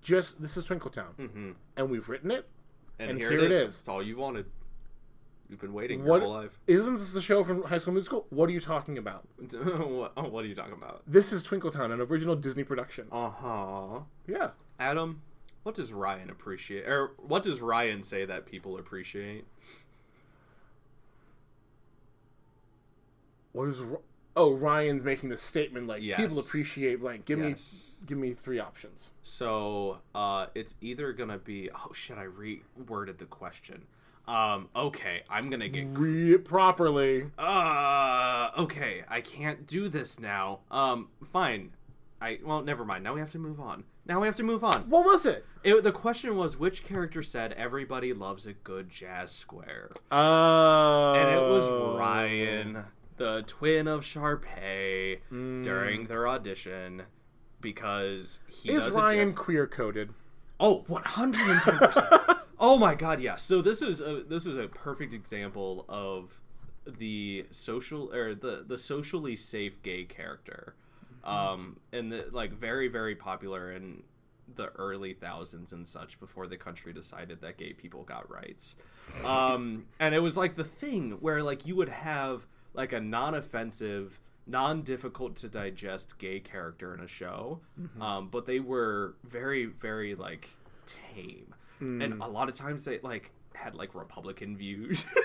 Speaker 2: Just this is Twinkle Town, mm-hmm. and we've written it.
Speaker 4: and,
Speaker 2: And
Speaker 4: here,
Speaker 2: here
Speaker 4: it
Speaker 2: it
Speaker 4: is.
Speaker 2: is.
Speaker 4: It's all you wanted. You've been waiting
Speaker 2: What-
Speaker 4: your whole life. [laughs]
Speaker 2: Isn't this the show from High School Musical? What are you talking about?
Speaker 4: what, oh, what are you talking about?
Speaker 2: This is Twinkle Town, an original Disney production.
Speaker 4: Uh huh.
Speaker 2: Yeah.
Speaker 4: Adam, what does Ryan appreciate? Or what does Ryan say that people appreciate?
Speaker 2: What is? Ro- Oh, Ryan's making the statement like
Speaker 4: Yes.
Speaker 2: people appreciate blank. Give
Speaker 4: Yes.
Speaker 2: me, give me three options.
Speaker 4: So uh, it's either gonna be oh shit, I reworded the question. Um, okay, I'm gonna get
Speaker 2: Read it properly.
Speaker 4: uh okay, I can't do this now. Um, fine. I well, never mind. Now we have to move on. Now we have to move on.
Speaker 2: What was it?
Speaker 4: It, the question was which character said everybody loves a good jazz square,
Speaker 2: Oh,
Speaker 4: and it was Ryan, the twin of Sharpay,
Speaker 2: Hmm.
Speaker 4: during their audition because he
Speaker 2: Is
Speaker 4: does a
Speaker 2: Ryan
Speaker 4: jazz-
Speaker 2: queer coded?
Speaker 4: Oh, 110%. oh my god, yeah. So this is a this is a perfect example of the social or the the socially safe gay character. Um and the like very very popular in the early thousands and such before the country decided that gay people got rights. Um and it was like the thing where like you would have like a non-offensive non difficult to digest gay character in a show, um, but they were very, very like tame,
Speaker 2: Hmm.
Speaker 4: and a lot of times they like had like Republican views. [laughs]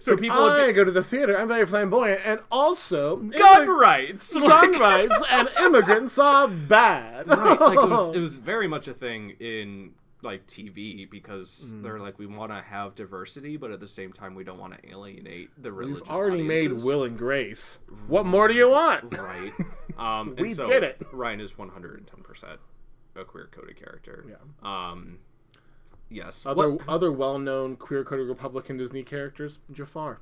Speaker 4: so people would
Speaker 2: I
Speaker 4: be,
Speaker 2: go to the theater. I'm very flamboyant, and also
Speaker 4: gun
Speaker 2: immi-
Speaker 4: rights, [laughs]
Speaker 2: gun rights and immigrants are bad. [laughs]
Speaker 4: right. Like it was, it was very much a thing in like TV because
Speaker 2: Hmm.
Speaker 4: they're like we want to have diversity, but at the same time we don't want to alienate the religious.
Speaker 2: We've already made
Speaker 4: audiences.
Speaker 2: Will and Grace. What more do you want?
Speaker 4: [laughs] right?
Speaker 2: [laughs]
Speaker 4: Um, and
Speaker 2: We
Speaker 4: so
Speaker 2: did it.
Speaker 4: Ryan is one hundred and ten percent a queer coded character. Yeah. Um, yes.
Speaker 2: Other
Speaker 4: What-
Speaker 2: other well known queer coded Republican Disney characters: Jafar.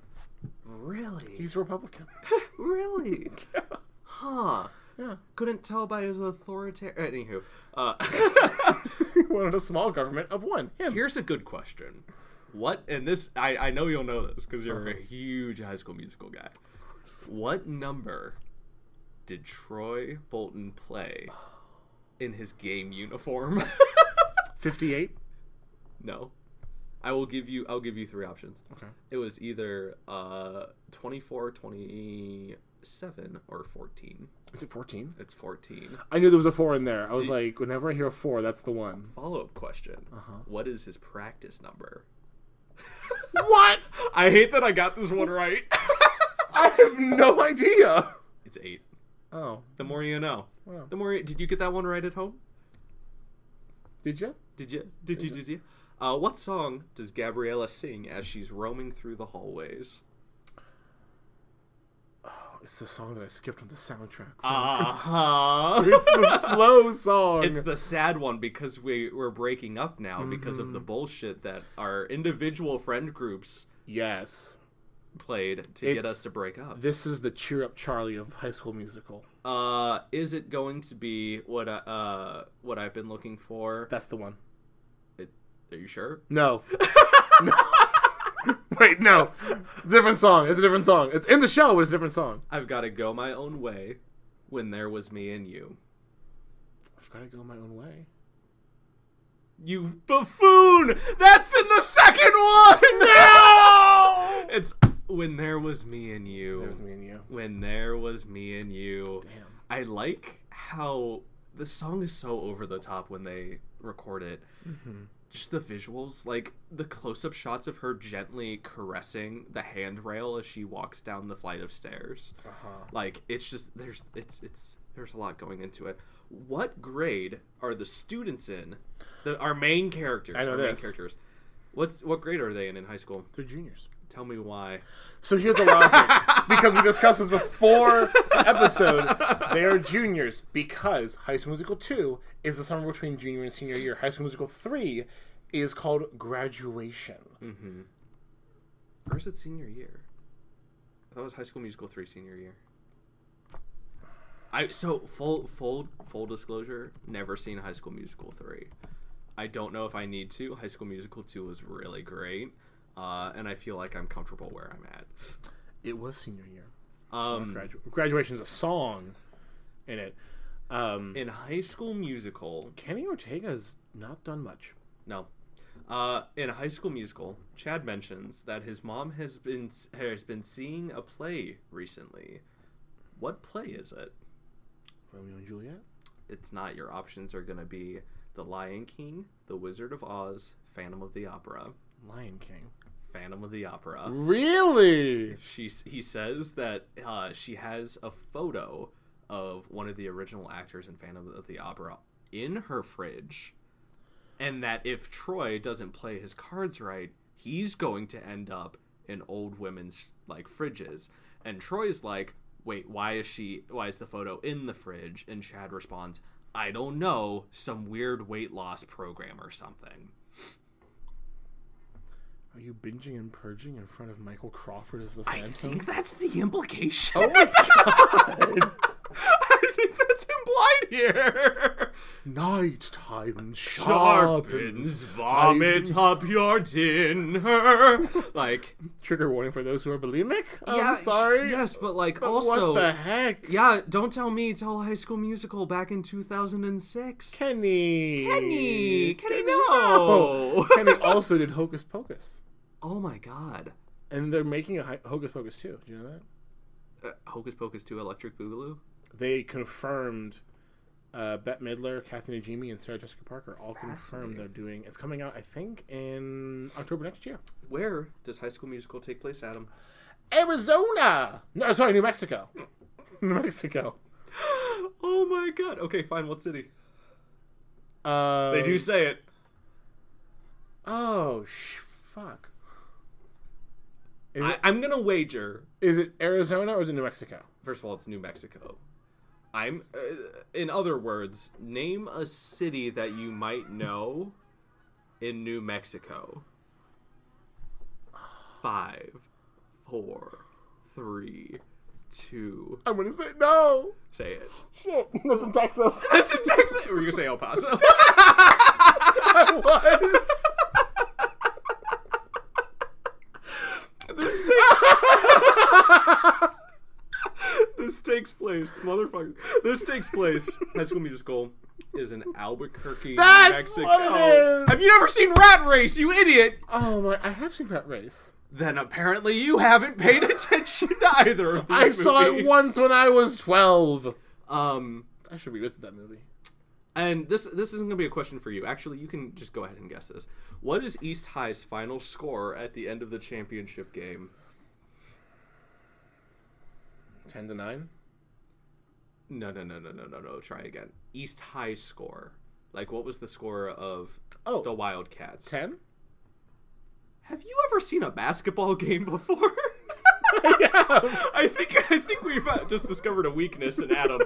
Speaker 4: Really?
Speaker 2: He's Republican. [laughs]
Speaker 4: really? huh. Yeah. Couldn't tell by his authoritarian. Anywho, uh, [laughs]
Speaker 2: he wanted a small government of one. Him.
Speaker 4: here's a good question. What and this I, I know you'll know this because you're a huge High School Musical guy. What number did Troy Bolton play in his game uniform? [laughs]
Speaker 2: Fifty eight.
Speaker 4: No. I will give you I'll give you three options.
Speaker 2: Okay.
Speaker 4: It was either uh 24, 20 seven or fourteen.
Speaker 2: Is it 14?
Speaker 4: It's fourteen.
Speaker 2: I knew there was a four in there. I was like, whenever I hear a four, that's the one.
Speaker 4: Follow up question:
Speaker 2: Uh-huh.
Speaker 4: What is his practice number?
Speaker 2: [laughs] What?
Speaker 4: I hate that I got this
Speaker 2: [laughs]
Speaker 4: one right.
Speaker 2: [laughs] I have no idea.
Speaker 4: it's eight.
Speaker 2: Oh,
Speaker 4: The more you know. The more you, did you get that one right at home?
Speaker 2: did you?
Speaker 4: Did you? Did you? Did you? Uh, what song does Gabriella sing as she's roaming through the
Speaker 2: [laughs]
Speaker 4: hallways?
Speaker 2: Oh, It's the song that I skipped on the soundtrack.
Speaker 4: Uh-huh.
Speaker 2: [laughs]
Speaker 4: [laughs]
Speaker 2: it's the slow song.
Speaker 4: It's the sad one because we we're breaking up now because of the
Speaker 2: Mm-hmm.
Speaker 4: bullshit that our individual friend groups
Speaker 2: yes.
Speaker 4: played to get
Speaker 2: It's-
Speaker 4: us to break up.
Speaker 2: This is the cheer up Charlie of High School Musical.
Speaker 4: Uh, is it going to be what I, uh what I've been looking for?
Speaker 2: That's the one.
Speaker 4: It, are you sure?
Speaker 2: [laughs] No. No. Wait, no. Different song. It's a different song. It's in the show, but it's a different song.
Speaker 4: I've got to go my own way. When there was me and you,
Speaker 2: I've got to go my own way.
Speaker 4: you buffoon! That's in the second one.
Speaker 2: [laughs]
Speaker 4: No, it's when there was me and you.
Speaker 2: It was me and you.
Speaker 4: when there was me and you.
Speaker 2: Damn.
Speaker 4: I like how the song is so over the top when they record it.
Speaker 2: Mm-hmm.
Speaker 4: Just the visuals, like the close-up shots of her gently caressing the handrail as she walks down the flight of stairs.
Speaker 2: Uh-huh.
Speaker 4: Like it's just there's it's it's there's a lot going into it. What grade are the students in? The our main characters,
Speaker 2: I know
Speaker 4: our main
Speaker 2: this.
Speaker 4: characters. What's what grade are they in in high school?
Speaker 2: They're juniors.
Speaker 4: Tell me why.
Speaker 2: So here's the [laughs] logic. because we discussed this before the episode, they are juniors because High School Musical 2 is the summer between junior and senior year. High School Musical 3 is called graduation.
Speaker 4: Mm-hmm. Or is it senior year? I thought it was High School Musical three senior year. I so full full full disclosure, never seen High School Musical three. I don't know if I need to. High School Musical two was really great, uh, and I feel like I'm comfortable where I'm at.
Speaker 2: It was senior year.
Speaker 4: Um,
Speaker 2: Gradu- graduation is a song in it. Um,
Speaker 4: in High School Musical,
Speaker 2: Kenny Ortega's not done much.
Speaker 4: No. Uh, in High School Musical, Chad mentions that his mom has been has been seeing a play recently. What play is it?
Speaker 2: Romeo and Juliet?
Speaker 4: It's not. Your options are going to be The Lion King, The Wizard of Oz, Phantom of the Opera,
Speaker 2: Lion King.
Speaker 4: Phantom of the Opera.
Speaker 2: Really?
Speaker 4: She he says that uh, she has a photo of one of the original actors in Phantom of the Opera in her fridge, and that if Troy doesn't play his cards right, he's going to end up in old women's like fridges. And Troy's like, "Wait, why is she? Why is the photo in the fridge?" And Chad responds, "I don't know, some weird weight loss program or something."
Speaker 2: Are you binging and purging in front of Michael Crawford as the
Speaker 4: I
Speaker 2: Phantom?
Speaker 4: think that's the implication.
Speaker 2: Oh. [laughs]
Speaker 4: [laughs]
Speaker 2: I
Speaker 4: think that's implied here.
Speaker 2: Night time
Speaker 4: Sharpens,
Speaker 2: sharpens.
Speaker 4: vomit up your dinner. Like,
Speaker 2: Trigger warning for those who are bulimic. I'm
Speaker 4: yeah, sh-
Speaker 2: sorry.
Speaker 4: Yes, but like
Speaker 2: But
Speaker 4: also,
Speaker 2: what the heck,
Speaker 4: yeah. Don't tell me. Tell High School Musical back in two thousand and six.
Speaker 2: Kenny?
Speaker 4: Kenny, Kenny,
Speaker 2: no.
Speaker 4: [laughs] no.
Speaker 2: Kenny also did Hocus Pocus,
Speaker 4: Oh my God.
Speaker 2: and they're making a hi- Hocus Pocus too. Do you know that?
Speaker 4: Uh, Hocus Pocus two, Electric Boogaloo.
Speaker 2: They confirmed. Uh, Bette Midler, Kathy Najimy, and Sarah Jessica Parker all confirmed
Speaker 4: Fascinating.
Speaker 2: they're doing. It's coming out, I think, in October next year.
Speaker 4: Where does High School Musical take place, Adam? [gasps]
Speaker 2: Arizona. No, sorry, New Mexico. [laughs] New Mexico.
Speaker 4: Oh my God. Okay, fine. What city? Um,
Speaker 2: Uh,
Speaker 4: They do say it.
Speaker 2: Oh sh- fuck.
Speaker 4: I, I'm gonna wager
Speaker 2: Is it Arizona or is it New Mexico?
Speaker 4: First of all, it's New Mexico. I'm, uh, in other words, name a city that you might know in New Mexico. Five, four, three, two.
Speaker 2: I'm gonna say no.
Speaker 4: Say it. [laughs]
Speaker 2: Shit, [laughs] that's in Texas.
Speaker 4: That's in Texas. Were you gonna say El Paso?
Speaker 2: I was.
Speaker 4: this takes [laughs] this takes place, motherfucker. This takes place. High School Musical is in Albuquerque,
Speaker 2: That's
Speaker 4: New Mexico.
Speaker 2: what it is!
Speaker 4: Have you never seen Rat Race? You idiot!
Speaker 2: Oh my! I have seen Rat Race.
Speaker 4: Then apparently you haven't
Speaker 2: [laughs]
Speaker 4: paid attention to either of these
Speaker 2: I saw it
Speaker 4: movies.
Speaker 2: once when I was 12.
Speaker 4: Um,
Speaker 2: I should revisit that movie.
Speaker 4: and this this isn't gonna be a question for you. Actually, you can just go ahead and guess this. What is East High's final score at the end of the championship game?
Speaker 2: 10 to 9?
Speaker 4: No, no, no, no, no, no, no. Try again. East High score. Like, what was the score of
Speaker 2: Oh.
Speaker 4: the Wildcats?
Speaker 2: 10?
Speaker 4: Have you ever seen a basketball [laughs] game before? I think I think we've uh, just discovered a weakness in [laughs] Adam.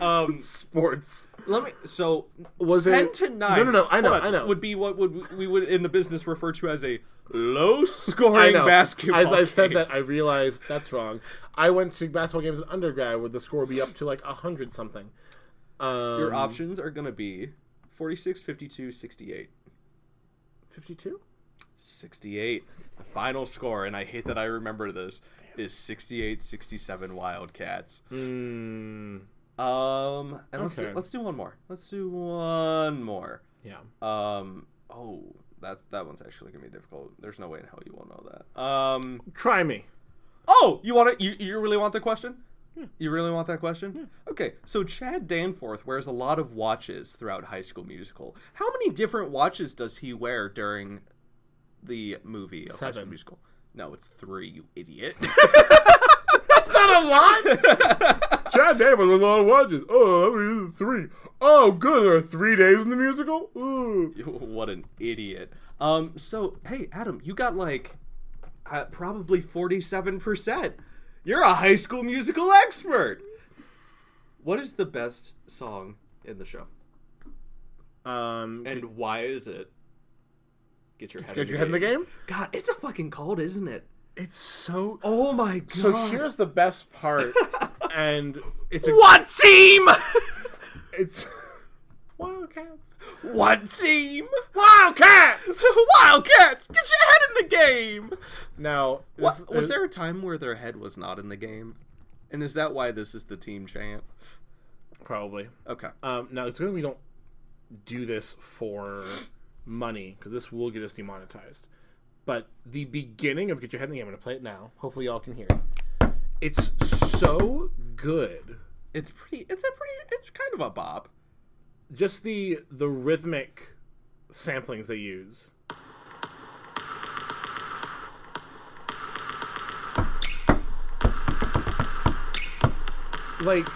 Speaker 4: Um,
Speaker 2: Sports.
Speaker 4: let me. So
Speaker 2: Was
Speaker 4: ten
Speaker 2: it-
Speaker 4: to nine?
Speaker 2: No, no, no, I know,
Speaker 4: hold on,
Speaker 2: I know.
Speaker 4: Would be what would we would in the business refer to as a low scoring
Speaker 2: I know.
Speaker 4: basketball.
Speaker 2: As I said
Speaker 4: game.
Speaker 2: that, I realized that's wrong. I went to basketball games in undergrad where the score would be up to like a hundred something. Um,
Speaker 4: your options are going to be 46, 52, 68.
Speaker 2: fifty-two.
Speaker 4: 68. The final score, and I hate that I remember this, is 68 67 Wildcats. Um, and let's, do,
Speaker 2: Okay.
Speaker 4: let's do one more. Let's do one more.
Speaker 2: Yeah.
Speaker 4: Um, oh, that, that one's actually going to be difficult. There's no way in hell you won't know that. Um,
Speaker 2: Try me.
Speaker 4: Oh, you want to? You, you really want the question? You really want that question? Okay, so Chad Danforth wears a lot of watches throughout High School Musical. How many different watches does he wear during the movie of High School
Speaker 2: Seven.
Speaker 4: Musical? No, it's three, you idiot. [laughs]
Speaker 2: That's not a lot. [laughs] Chad Davis was on watches. Oh, that was three. Oh, good. There are three days in the musical. Ooh.
Speaker 4: what an idiot. Um, so hey, Adam, you got like uh, probably forty-seven percent. You're a High School Musical expert. What is the best song in the show?
Speaker 2: Um,
Speaker 4: And why is it? Get your head.
Speaker 2: get your head in the game.
Speaker 4: God, it's a fucking cold, isn't it?
Speaker 2: It's so.
Speaker 4: Oh my god.
Speaker 2: So here's the best
Speaker 4: [laughs]
Speaker 2: part, and it's a,
Speaker 4: what team?
Speaker 2: It's [laughs] Wildcats.
Speaker 4: [laughs] what team?
Speaker 2: Wildcats.
Speaker 4: [laughs] Wildcats, get your head in the game.
Speaker 2: Now,
Speaker 4: What,
Speaker 2: this-
Speaker 4: was there a time where their head was not in the game? And is that why this is the team chant?
Speaker 2: probably?
Speaker 4: Okay.
Speaker 2: Um, now it's good that we don't do this for money because this will get us demonetized. But the beginning of Get Your Head in the Game, I'm gonna play it now. Hopefully, y'all can hear it. It's so good.
Speaker 4: It's pretty it's a pretty it's kind of a bop.
Speaker 2: Just the the rhythmic samplings they use. Like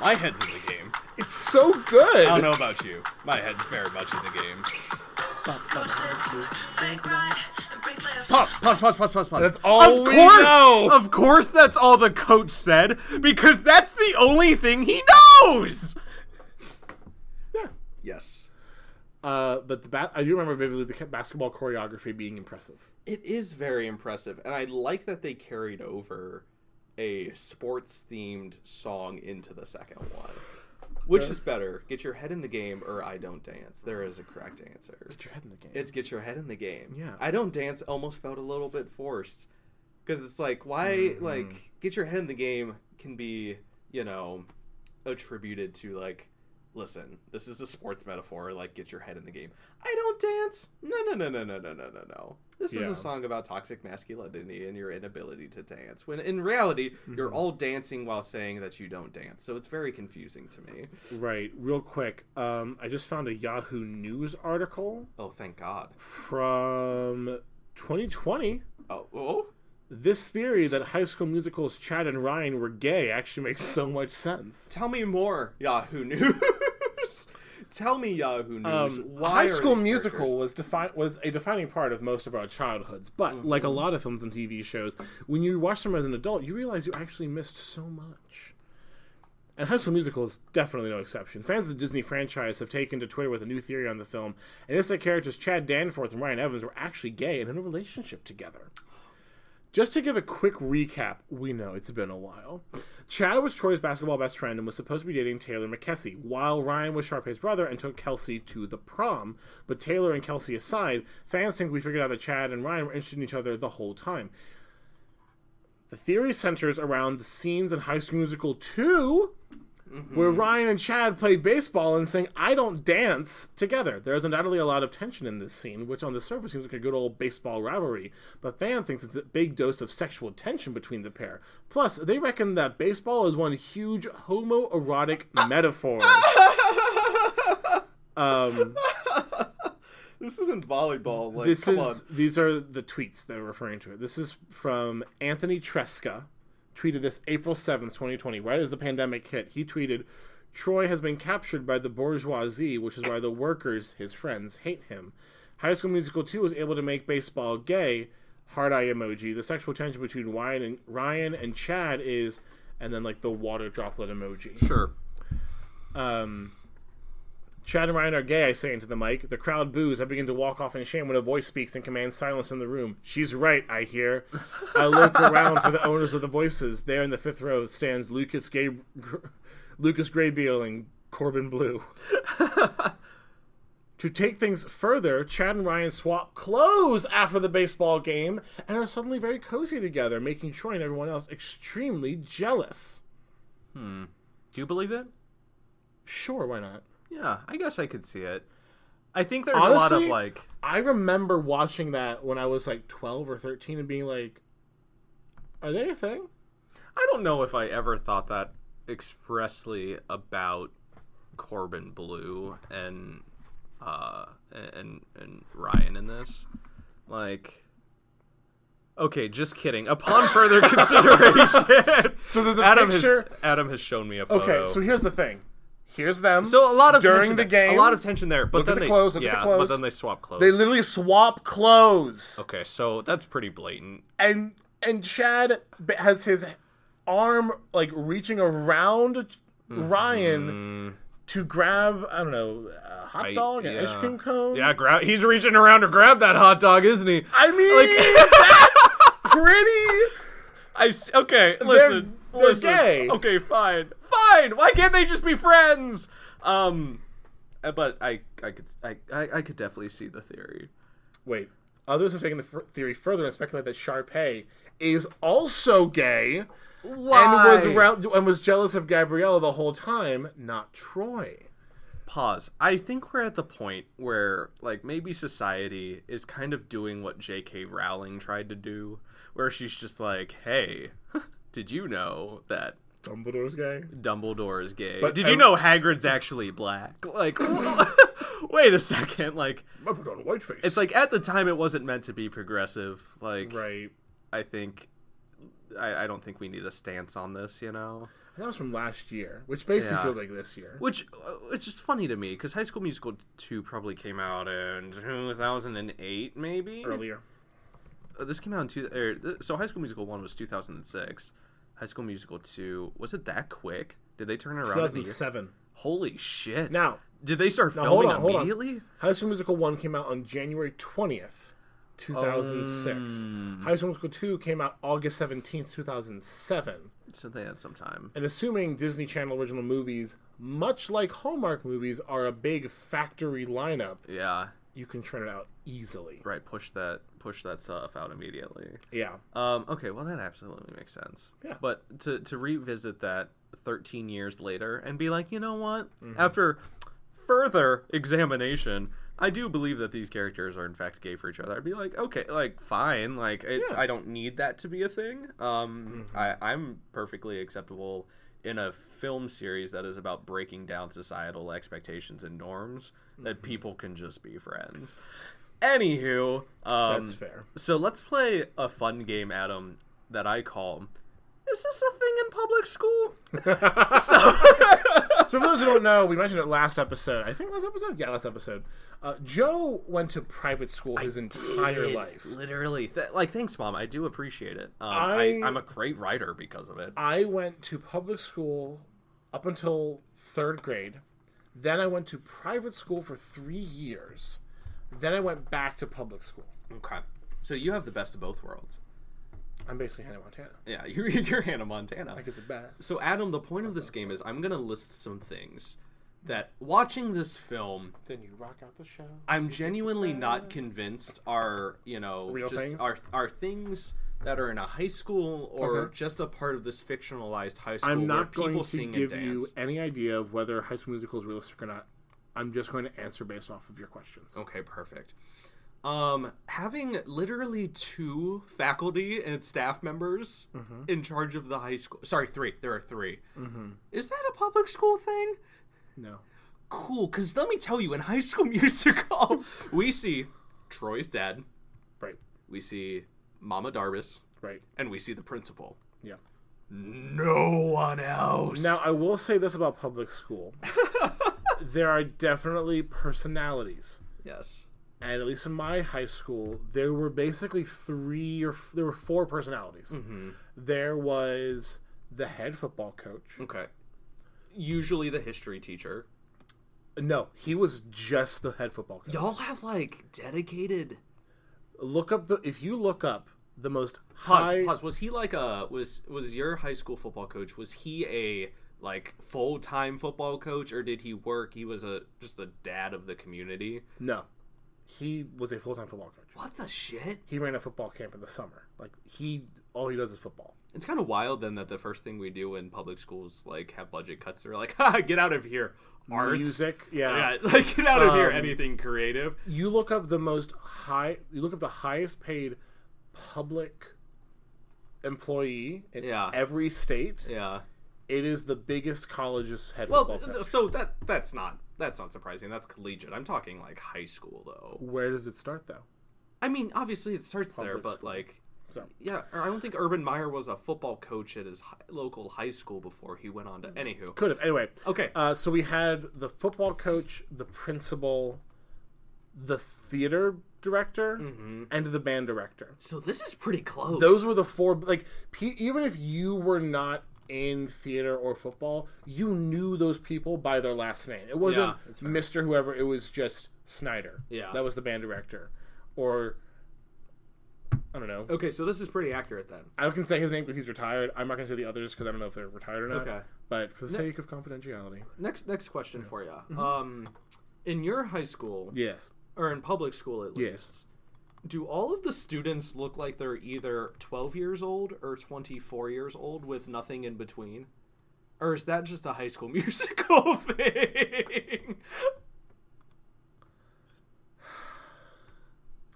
Speaker 4: My head's in the game.
Speaker 2: it's so good.
Speaker 4: I don't know about you. My head's very much in the game. Pause, pause, pause, pause, pause, pause.
Speaker 2: That's all
Speaker 4: of
Speaker 2: we
Speaker 4: course,
Speaker 2: know.
Speaker 4: Of course, that's all the coach said because that's the only thing he knows.
Speaker 2: Yeah.
Speaker 4: Yes.
Speaker 2: Uh, but the ba- I do remember vividly the ca- basketball choreography being impressive.
Speaker 4: It is very impressive, and I like that they carried over a sports themed song into the second one. Which is better, get your head in the game or I don't dance? There is a correct answer.
Speaker 2: Get your head in the game.
Speaker 4: It's get your head in the game.
Speaker 2: Yeah.
Speaker 4: I don't dance almost felt a little bit forced because it's like why
Speaker 2: Mm-hmm.
Speaker 4: like get your head in the game can be you know attributed to like listen this is a sports metaphor like get your head in the game i don't dance no no no no no no no no no this is
Speaker 2: Yeah.
Speaker 4: a song about toxic masculinity and your inability to dance when in reality
Speaker 2: Mm-hmm.
Speaker 4: you're all dancing while saying that you don't dance so it's very confusing to me
Speaker 2: right. Real quick, um, I just found a Yahoo News article
Speaker 4: oh thank god
Speaker 2: from 2020.
Speaker 4: oh oh
Speaker 2: This theory that High School Musical's Chad and Ryan were gay actually makes so much sense.
Speaker 4: Tell me more, Yahoo News. [laughs] Tell me, Yahoo News.
Speaker 2: Um,
Speaker 4: why
Speaker 2: High
Speaker 4: are
Speaker 2: School
Speaker 4: these
Speaker 2: Musical
Speaker 4: characters-
Speaker 2: was defi- was a defining part of most of our childhoods, but
Speaker 4: Mm-hmm.
Speaker 2: like a lot of films and TV shows, when you watch them as an adult, you realize you actually missed so much. And High School Musical is definitely no exception. Fans of the Disney franchise have taken to Twitter with a new theory on the film, and it's that characters Chad Danforth and Ryan Evans were actually gay and in a relationship together. Just to give a quick recap, we know it's been a while. Chad was Troy's basketball best friend and was supposed to be dating Taylor McKessie, while Ryan was Sharpay's brother and took Kelsey to the prom. But Taylor and Kelsey aside, fans think we figured out that Chad and Ryan were interested in each other the whole time. The theory centers around the scenes in High School Musical 2 where Ryan and Chad play baseball and sing "I Don't Dance" together. There is undoubtedly a lot of tension in this scene, which on the surface seems like a good old baseball rivalry, but Fan thinks it's a big dose of sexual tension between the pair. Plus, they reckon that baseball is one huge homoerotic metaphor. Um,
Speaker 4: This isn't volleyball. Like,
Speaker 2: this
Speaker 4: come
Speaker 2: is
Speaker 4: on.
Speaker 2: these are the tweets that are referring to it. This is from Anthony Tresca, tweeted this April seventh, twenty twenty, right as the pandemic hit. He tweeted, "Troy has been captured by the bourgeoisie, which is why the workers, his friends, hate him." High School Musical two was able to make baseball gay. Hard eye emoji. The sexual tension between Ryan and Ryan and Chad is, and then like the water droplet emoji.
Speaker 4: Sure.
Speaker 2: Um, Chad and Ryan are gay, I say into the mic. The crowd boos. I begin to walk off in shame when a voice speaks and commands silence in the room. She's right, I hear. I look around for the owners of the voices. There in the fifth row stands Lucas Gay, Gr- Lucas Graybeal and Corbin Blue. [laughs] to take things further, Chad and Ryan swap clothes after the baseball game and are suddenly very cozy together, making Troy and everyone else extremely jealous.
Speaker 4: Do you believe it?
Speaker 2: Sure, why not?
Speaker 4: Yeah, I guess I could see it. I think there's a lot of
Speaker 2: Honestly,
Speaker 4: like,
Speaker 2: I remember watching that when I was like 12 or 13 and being like, are they a thing?
Speaker 4: I don't know if I ever thought that expressly about Corbin Blue and uh and and Ryan in this. Like Okay, just
Speaker 2: [laughs]
Speaker 4: kidding. Upon further consideration,
Speaker 2: So there's a
Speaker 4: Adam has,
Speaker 2: picture.
Speaker 4: Adam has shown me a photo.
Speaker 2: okay, so here's the thing. Here's them.
Speaker 4: So a lot of
Speaker 2: during
Speaker 4: tension
Speaker 2: the
Speaker 4: there-
Speaker 2: game.
Speaker 4: a lot of tension there. But
Speaker 2: Look at
Speaker 4: then
Speaker 2: the
Speaker 4: they
Speaker 2: clothes, look at
Speaker 4: yeah,
Speaker 2: the clothes.
Speaker 4: but then they swap clothes.
Speaker 2: they literally swap clothes.
Speaker 4: okay, so that's pretty blatant.
Speaker 2: And and Chad b- has his arm like reaching around
Speaker 4: Mm-hmm.
Speaker 2: Ryan to grab I don't know a hot
Speaker 4: I-
Speaker 2: dog, an ice
Speaker 4: yeah.
Speaker 2: cream cone.
Speaker 4: Yeah, grab. He's reaching around to grab that hot dog, isn't he?
Speaker 2: I mean
Speaker 4: [laughs]
Speaker 2: that's pretty.
Speaker 4: I s- okay. Listen,
Speaker 2: they're
Speaker 4: listen.
Speaker 2: gay.
Speaker 4: Okay, fine, fine. Why can't they just be friends? Um, uh, but I, I could, I, I, I could definitely see the theory.
Speaker 2: Wait. Others have taken the f- theory further and speculate that Sharpay is also gay
Speaker 4: Why?
Speaker 2: and was round- and was jealous of Gabriella the whole time, not Troy.
Speaker 4: Pause. I think we're at the point where, like, maybe society is kind of doing what J.K. Rowling tried to do, where she's just like, "Hey, [laughs] did you know that
Speaker 2: Dumbledore's gay.
Speaker 4: Dumbledore is gay.
Speaker 2: But
Speaker 4: Did
Speaker 2: I-
Speaker 4: you know Hagrid's actually black? Like, [laughs] wait a second. Like,
Speaker 2: I put on a white face.
Speaker 4: it's like at the time it wasn't meant to be progressive. Like,
Speaker 2: right.
Speaker 4: I think, I, I don't think we need a stance on this, you know?
Speaker 2: That was from last year, which basically
Speaker 4: Yeah.
Speaker 2: feels like this year.
Speaker 4: Which, uh, it's just funny to me because High School Musical 2 probably came out in 2008, maybe?
Speaker 2: Earlier.
Speaker 4: Uh, This came out in two. Er, th- so High School Musical 1 was 2006. High School Musical 2, was it that quick? Did they turn it around in a year?
Speaker 2: 2007.
Speaker 4: Holy shit.
Speaker 2: Now-
Speaker 4: did they start
Speaker 2: Now, hold
Speaker 4: filming
Speaker 2: on, hold on.
Speaker 4: immediately?
Speaker 2: High School Musical 1 came out on January 20th, 2006.
Speaker 4: Mm.
Speaker 2: High School Musical 2 came out August 17th, 2007.
Speaker 4: So they had some time.
Speaker 2: and assuming Disney Channel original movies, much like Hallmark movies, are a big factory lineup,
Speaker 4: Yeah,
Speaker 2: you can churn it out easily.
Speaker 4: right. Push that push that stuff out immediately.
Speaker 2: Yeah.
Speaker 4: Um, okay, well that absolutely makes sense.
Speaker 2: Yeah.
Speaker 4: But to to revisit that 13 years later and be like, you know what?
Speaker 2: Mm-hmm.
Speaker 4: After further examination, I do believe that these characters are in fact gay for each other. I'd be like, okay, like fine, like it, I don't need that to be a thing. Um,
Speaker 2: Mm-hmm.
Speaker 4: I I'm perfectly acceptable in a film series that is about breaking down societal expectations and norms
Speaker 2: Mm-hmm.
Speaker 4: that people can just be friends. Anywho, um,
Speaker 2: That's fair.
Speaker 4: so let's play a fun game, Adam, that I call. Is this a thing in public school? so,
Speaker 2: So for those who don't know, we mentioned it last episode. I think last episode? Yeah, last episode. Uh, Joe went to private school his entire life.
Speaker 4: Literally, th- like, thanks, mom. I do appreciate it. Um,
Speaker 2: I-
Speaker 4: I, I'm a great writer because of it.
Speaker 2: I went to public school up until third grade. Then I went to private school for three years. Then I went back to public school.
Speaker 4: Okay, so you have the best of both worlds.
Speaker 2: I'm basically Hannah Montana.
Speaker 4: Yeah, [laughs] you're, you're Hannah Montana.
Speaker 2: I get the best.
Speaker 4: So, Adam, the point of this game is I'm gonna list some things that watching this film
Speaker 2: then you rock out the show.
Speaker 4: I'm genuinely not convinced are you know
Speaker 2: Real
Speaker 4: just
Speaker 2: things?
Speaker 4: are are things that are in a high school or
Speaker 2: Okay.
Speaker 4: just a part of this fictionalized high school
Speaker 2: I'm
Speaker 4: where
Speaker 2: not
Speaker 4: people
Speaker 2: going to
Speaker 4: sing
Speaker 2: give
Speaker 4: and
Speaker 2: you
Speaker 4: dance.
Speaker 2: any idea of whether High School Musical is realistic or not. I'm just going to answer based off of your questions.
Speaker 4: Okay, perfect. Um, having literally two faculty and staff members
Speaker 2: Mm-hmm.
Speaker 4: in charge of the high school. Sorry, three. There are 3 Is that a public school thing?
Speaker 2: No.
Speaker 4: Cool, because let me tell you, in High School [laughs] Musical, we see Troy's dad,
Speaker 2: Right.
Speaker 4: we see Mama Darvis,
Speaker 2: Right.
Speaker 4: and we see the principal.
Speaker 2: Yeah.
Speaker 4: No one else.
Speaker 2: Now, I will say this about public
Speaker 4: [laughs]
Speaker 2: school there are definitely personalities.
Speaker 4: Yes.
Speaker 2: And at least in my high school, there were basically three or f- there were four personalities.
Speaker 4: Mm-hmm.
Speaker 2: There was the head football coach.
Speaker 4: Okay. Usually the history teacher.
Speaker 2: No, he was just the head football coach.
Speaker 4: Y'all have like dedicated
Speaker 2: Look up the if you look up the most
Speaker 4: Pause,
Speaker 2: high
Speaker 4: pause. Was he like a was was your high school football coach? Was he a like full time football coach, or did he work? He was a just a dad of the community.
Speaker 2: No. He was a full time football coach.
Speaker 4: What the shit?
Speaker 2: He ran a football camp in the summer. Like he all he does is football.
Speaker 4: It's kind of wild then that the first thing we do in public schools like have budget cuts. They're like, [laughs] "Ha, get out of here, arts,
Speaker 2: Music, yeah.
Speaker 4: yeah, [laughs] like get out of here,
Speaker 2: Um,
Speaker 4: anything creative."
Speaker 2: You look up the most high you look up the highest paid public employee in
Speaker 4: Yeah.
Speaker 2: every state.
Speaker 4: Yeah.
Speaker 2: It is the biggest college's head
Speaker 4: Well,
Speaker 2: football
Speaker 4: th-
Speaker 2: coach.
Speaker 4: so that that's not that's not surprising. That's collegiate. I'm talking like high school though.
Speaker 2: Where does it start though?
Speaker 4: I mean, obviously it starts there,
Speaker 2: Public
Speaker 4: but
Speaker 2: school.
Speaker 4: like
Speaker 2: So
Speaker 4: Yeah, or I don't think Urban Meyer was a football coach at his hi- local high school before he went on to. Anywho,
Speaker 2: could have anyway.
Speaker 4: okay,
Speaker 2: Uh, so we had the football coach, the principal, the theater director,
Speaker 4: Mm-hmm.
Speaker 2: and the band director.
Speaker 4: so this is pretty close.
Speaker 2: Those were the four. Like pe- even if you were not in theater or football, you knew those people by their last name. It wasn't
Speaker 4: Yeah, that's fair.
Speaker 2: Mister whoever. It was just Snyder.
Speaker 4: Yeah.
Speaker 2: that was the band director, or I don't know.
Speaker 4: okay, so this is pretty accurate then.
Speaker 2: I can say his name because he's retired. I'm not going to say the others because I don't know if they're retired or not.
Speaker 4: Okay.
Speaker 2: But for the sake of confidentiality,
Speaker 4: Next, next question for you. Um, in your high school
Speaker 2: yes.
Speaker 4: or in public school at least,
Speaker 2: Yes.
Speaker 4: do all of the students look like they're either twelve years old or twenty-four years old with nothing in between, or is that just a High School [laughs] Musical thing?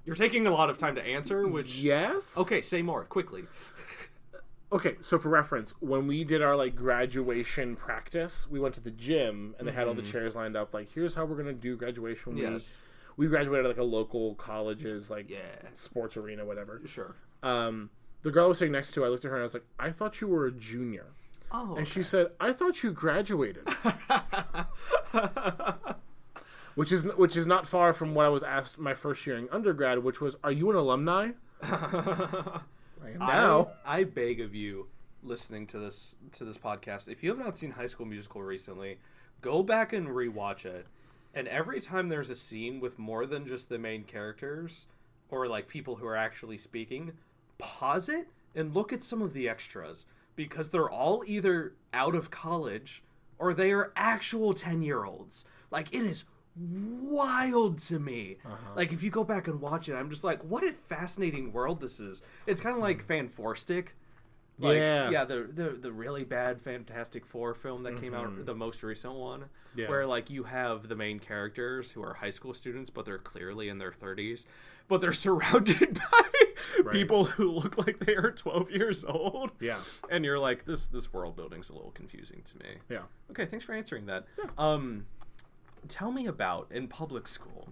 Speaker 4: You're taking a lot of time to answer, which
Speaker 2: Yes.
Speaker 4: Okay, say more quickly.
Speaker 2: Okay, so for reference, when we did our like graduation practice, we went to the gym and they had all the chairs lined up. Like, here's how we're gonna do graduation.
Speaker 4: Mm. Yes.
Speaker 2: We, we graduated at, like a local college's like
Speaker 4: Yeah.
Speaker 2: sports arena, whatever.
Speaker 4: Sure.
Speaker 2: Um, the girl I was sitting next to, I looked at her and I was like, I thought you were a junior,
Speaker 4: Oh.
Speaker 2: and she said, I thought you
Speaker 4: [laughs]
Speaker 2: graduated, which is which is not far from what I was asked my first year in undergrad, which was, Are you an alumni?
Speaker 4: Oh. [laughs]
Speaker 2: I am now.
Speaker 4: I, I beg of you, listening to this to this podcast, if you have not seen High School Musical recently, go back and rewatch it. And every time there's a scene with more than just the main characters or like people who are actually speaking, pause it and look at some of the extras because they're all either out of college or they are actual 10 year olds. Like, it is wild to me.
Speaker 2: Uh-huh.
Speaker 4: Like, if you go back and watch it, I'm just like, what a fascinating world this is. It's kind of like Fan Four Stick. Like,
Speaker 2: Hmm. Yeah.
Speaker 4: Yeah, the, the, the really bad Fantastic Four film that came
Speaker 2: Mm-hmm.
Speaker 4: out, the most recent one, where, like, you have the main characters who are high school students, but they're clearly in their 30s, but they're [laughs] surrounded by people who look like they are 12 years old.
Speaker 2: Yeah.
Speaker 4: And you're like, this, this world building's a little confusing to me.
Speaker 2: Yeah.
Speaker 4: Okay, thanks for answering that. Um, tell me about in public school.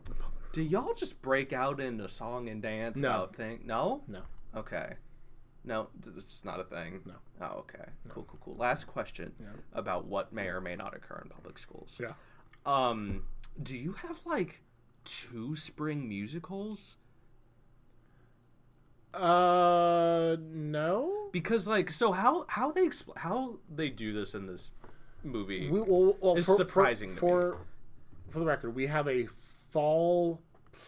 Speaker 4: Do y'all just break out into song and dance about thing? No.
Speaker 2: No.
Speaker 4: Okay. No, th- this is not a thing. No. Oh, okay. Cool, cool, cool. Last question about what may or may not occur in public schools.
Speaker 2: Yeah.
Speaker 4: Um, do you have like two spring musicals?
Speaker 2: Uh, no.
Speaker 4: Because like, so how how they expl- how they do this in this movie?
Speaker 2: We, well, well,
Speaker 4: It's
Speaker 2: for,
Speaker 4: surprising to me.
Speaker 2: for, for for the record, we have a fall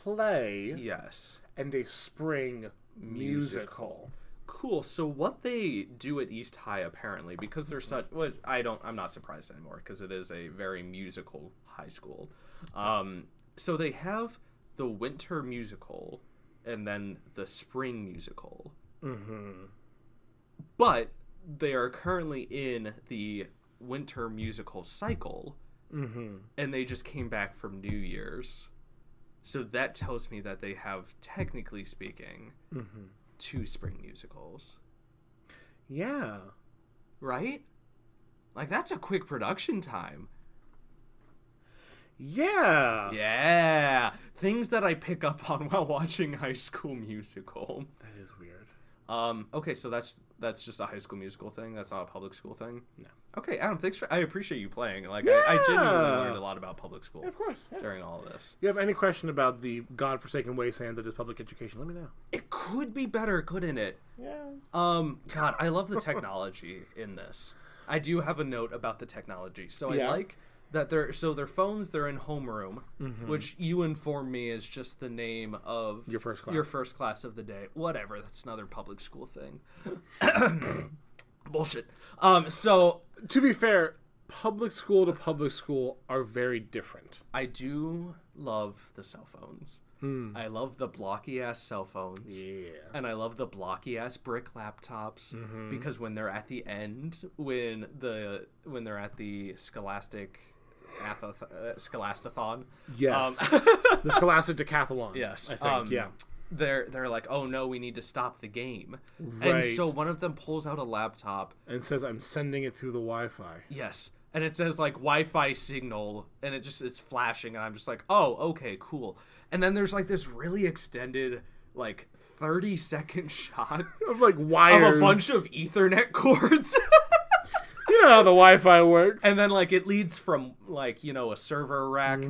Speaker 2: play
Speaker 4: yes.
Speaker 2: and a spring musical.
Speaker 4: Cool. So what they do at East High apparently, because they're such, well, I don't, I'm not surprised anymore because it is a very musical high school. Um, so they have the winter musical and then the spring musical. But they are currently in the winter musical cycle,
Speaker 2: Mm-hmm.
Speaker 4: and they just came back from New Year's. So that tells me that they have, technically speaking,
Speaker 2: Mm-hmm.
Speaker 4: two spring musicals,
Speaker 2: Yeah.
Speaker 4: right? Like, that's a quick production time.
Speaker 2: Yeah.
Speaker 4: Yeah. Things that I pick up on [laughs] while watching High School Musical.
Speaker 2: That is weird.
Speaker 4: Um, okay, so that's that's just a high school musical thing. That's not a public school thing. No. Okay, Adam, thanks for. I appreciate you playing. Like, I, I genuinely
Speaker 2: Yeah.
Speaker 4: learned a lot about public school
Speaker 2: Of course. yeah.
Speaker 4: during all of this.
Speaker 2: You have any question about the godforsaken wasteland that is public education? Let me know.
Speaker 4: It could be better, couldn't it?
Speaker 2: Yeah.
Speaker 4: Um, God,
Speaker 2: [laughs]
Speaker 4: I love the technology in this. I do have a note about the technology. So I
Speaker 2: Yeah.
Speaker 4: like that they're so their phones they're in homeroom, which you inform me is just the name of
Speaker 2: Mm-hmm. Your first class.
Speaker 4: Your first class of the day. Whatever. That's another public
Speaker 2: [coughs]
Speaker 4: school thing. Bullshit. Um, so
Speaker 2: To be fair, public school to public school are very different.
Speaker 4: I do love the cell phones.
Speaker 2: Hmm.
Speaker 4: I love the blocky ass cell phones.
Speaker 2: Yeah.
Speaker 4: And I love the blocky ass brick laptops
Speaker 2: Mm-hmm.
Speaker 4: because when they're at the end, when the when they're at the Scholastic athoth- uh, Scholastathon,
Speaker 2: Yes. [laughs] the Scholastic Decathlon.
Speaker 4: Yes,
Speaker 2: I think.
Speaker 4: um,
Speaker 2: yeah.
Speaker 4: they're they're like, oh no, we need to stop the game, and
Speaker 2: Right.
Speaker 4: so one of them pulls out a laptop.
Speaker 2: And says I'm sending it through the Wi-Fi.
Speaker 4: Yes, and it says like Wi-Fi signal, and it just is flashing, and I'm just like, oh, okay, cool. And then there's like this really extended, like thirty second [laughs] shot
Speaker 2: Of like
Speaker 4: of
Speaker 2: wires.
Speaker 4: a bunch of Ethernet cords.
Speaker 2: [laughs]
Speaker 4: [laughs]
Speaker 2: You know how the Wi-Fi works.
Speaker 4: and then like it leads from like you know a server rack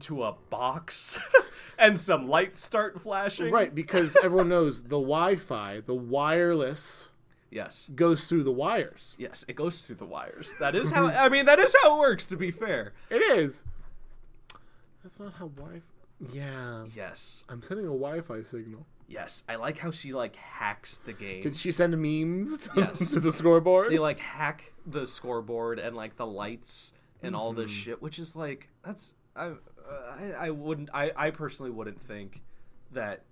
Speaker 4: to a box [laughs] and some lights start flashing
Speaker 2: right, because everyone knows the Wi-Fi, the wireless,
Speaker 4: yes
Speaker 2: goes through the wires.
Speaker 4: yes it goes through the wires that is how i mean that is how it works to be fair
Speaker 2: It is. That's not how Wi-Fi. Yeah.
Speaker 4: yes
Speaker 2: I'm sending a Wi-Fi signal.
Speaker 4: yes i like how she like hacks the game
Speaker 2: Did she send memes [laughs] to,
Speaker 4: Yes.
Speaker 2: to the scoreboard?
Speaker 4: they like hack the scoreboard and like the lights and all this
Speaker 2: Mm-hmm.
Speaker 4: shit, which is like that's I uh, I, I wouldn't I, I personally wouldn't think that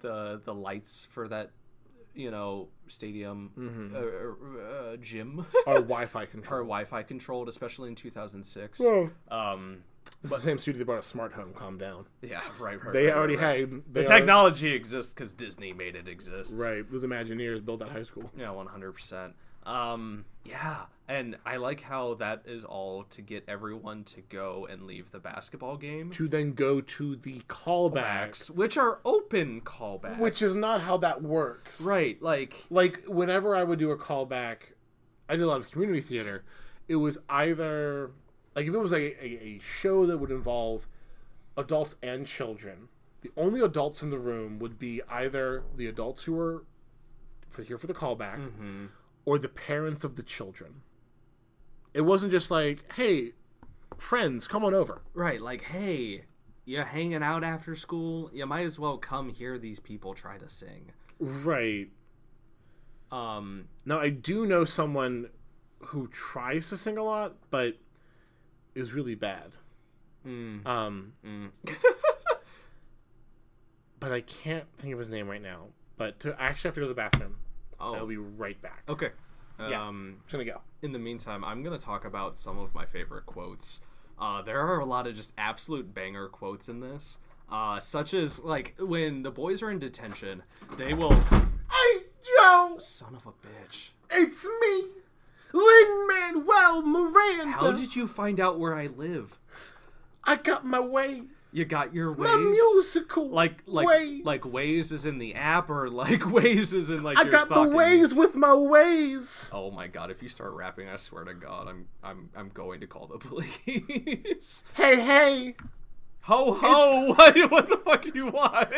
Speaker 4: the the lights for that you know stadium
Speaker 2: Mm-hmm.
Speaker 4: uh, uh, uh,
Speaker 2: [laughs]
Speaker 4: gym [laughs]
Speaker 2: Our Wi-Fi
Speaker 4: are
Speaker 2: control. Oh.
Speaker 4: Wi-Fi controlled, especially in 2006. Um,
Speaker 2: It's the same studio that brought a smart home. Calm down.
Speaker 4: yeah, right, right.
Speaker 2: They
Speaker 4: right,
Speaker 2: already
Speaker 4: right, right.
Speaker 2: had uh, they
Speaker 4: the
Speaker 2: are-
Speaker 4: technology exists because Disney made it exist.
Speaker 2: right, those Imagineers built that high school.
Speaker 4: Yeah, one hundred percent. Um, yeah, and I like how that is all to get everyone to go and leave the basketball game,
Speaker 2: To then go to the callbacks,
Speaker 4: Backs, which are open callbacks,
Speaker 2: which is not how that works.
Speaker 4: right. Like,
Speaker 2: Like whenever I would do a callback, I did a lot of community theater. It was either like if it was like a, a, a show that would involve adults and children. The only adults in the room would be either the adults who were for here for the callback, or the parents of the children. It wasn't just like, "Hey, friends, come on over."
Speaker 4: right, like, hey, you're hanging out after school. You might as well come hear these people try to sing.
Speaker 2: Right.
Speaker 4: Um,
Speaker 2: Now I do know someone who tries to sing a lot, but is really bad.
Speaker 4: mm-hmm.
Speaker 2: Um, but I can't think of his name right now. But to, I actually have to go to the bathroom.
Speaker 4: Oh.
Speaker 2: I'll be right back.
Speaker 4: okay. Um,
Speaker 2: I'm just gonna go.
Speaker 4: in the meantime, I'm going to talk about some of my favorite quotes. Uh, there are a lot of just absolute banger quotes in this, uh, such as like when the boys are in detention, they will.
Speaker 2: Hey Joe,
Speaker 4: Son of a bitch!
Speaker 2: it's me, Lin Manuel Miranda.
Speaker 4: How did you find out where I live?
Speaker 2: I got my ways?
Speaker 4: You got your ways.
Speaker 2: My musical
Speaker 4: like like
Speaker 2: ways.
Speaker 4: like ways is in the app, or like [laughs] ways is in like.
Speaker 2: I
Speaker 4: your
Speaker 2: got the
Speaker 4: fucking-
Speaker 2: ways with my ways.
Speaker 4: Oh my god! If you start rapping, I swear to God, I'm I'm I'm going to call the [laughs] police.
Speaker 2: Hey hey.
Speaker 4: ho ho! What, what the fuck do you want?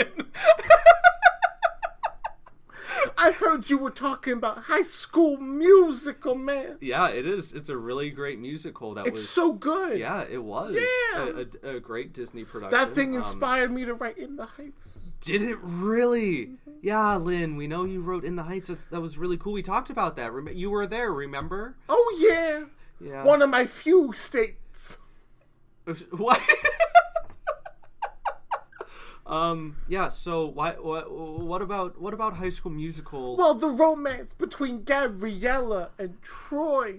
Speaker 2: I heard you were talking about High School Musical, man.
Speaker 4: Yeah, it is. It's a really great musical. That
Speaker 2: It's
Speaker 4: was
Speaker 2: so good.
Speaker 4: yeah, it was
Speaker 2: Yeah.
Speaker 4: A, a, a great Disney production.
Speaker 2: That thing
Speaker 4: Um,
Speaker 2: inspired me to write In the Heights.
Speaker 4: did it really? Yeah, Lynn. We know you wrote In the Heights. That's, that was really cool. We talked about that. Rem- you were there. Remember?
Speaker 2: Oh yeah,
Speaker 4: Yeah.
Speaker 2: one of my few
Speaker 4: [laughs]
Speaker 2: states.
Speaker 4: What? Um, yeah. So why, what what about what about High School Musical?
Speaker 2: Well, the romance between Gabriella and Troy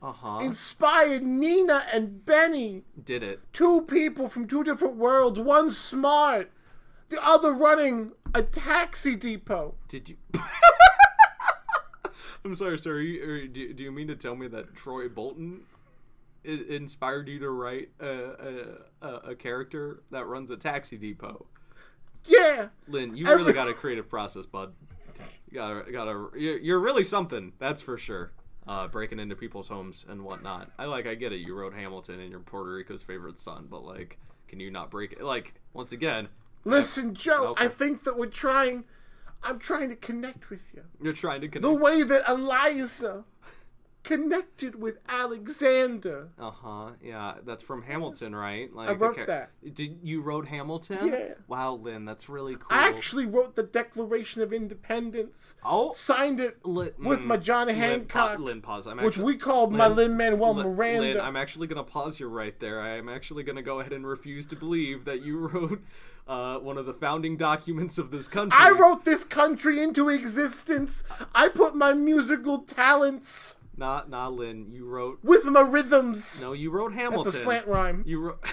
Speaker 4: uh huh.
Speaker 2: inspired Nina and Benny,
Speaker 4: Did it?
Speaker 2: two people from two different worlds, one smart, the other running a taxi depot.
Speaker 4: Did you? [laughs] I'm sorry, sir. Are you, are, do, do you mean to tell me that Troy Bolton i- inspired you to write a, a, a, a character that runs a taxi depot?
Speaker 2: Yeah.
Speaker 4: Lynn, you
Speaker 2: Every-
Speaker 4: really got a creative process, bud. You gotta, gotta. You're, you're really something. That's for sure. Uh, breaking into people's homes and whatnot. I like. I get it. You wrote Hamilton and you're Puerto Rico's favorite son, but like, can you not break it? Like, once again,
Speaker 2: Listen, Joe,
Speaker 4: Okay.
Speaker 2: I think that we're trying. I'm trying to connect with you.
Speaker 4: you're trying to
Speaker 2: The
Speaker 4: connect.
Speaker 2: way that Eliza connected with Alexander.
Speaker 4: Uh huh. Yeah, that's from Hamilton, right? Like, the
Speaker 2: wrote that.
Speaker 4: Did you wrote Hamilton?
Speaker 2: Yeah.
Speaker 4: Wow, Lynn, that's really cool.
Speaker 2: I actually wrote the Declaration of Independence,
Speaker 4: oh,
Speaker 2: signed it
Speaker 4: Lin-
Speaker 2: with my John
Speaker 4: Lynn, pa-
Speaker 2: Hancock,
Speaker 4: Lynn, pause. I'm
Speaker 2: which
Speaker 4: actu-
Speaker 2: we called my Lin
Speaker 4: Lin-
Speaker 2: Manuel
Speaker 4: Lin-
Speaker 2: Miranda.
Speaker 4: Lin, I'm actually going to pause you right there. I am actually going to go ahead and refuse to believe that you wrote uh, one of the founding documents of this country.
Speaker 2: I wrote this country into existence. I put my musical talents
Speaker 4: Not, nah, Lynn. You wrote.
Speaker 2: with my rhythms.
Speaker 4: No, you wrote Hamilton.
Speaker 2: That's a slant rhyme.
Speaker 4: You wrote. [laughs]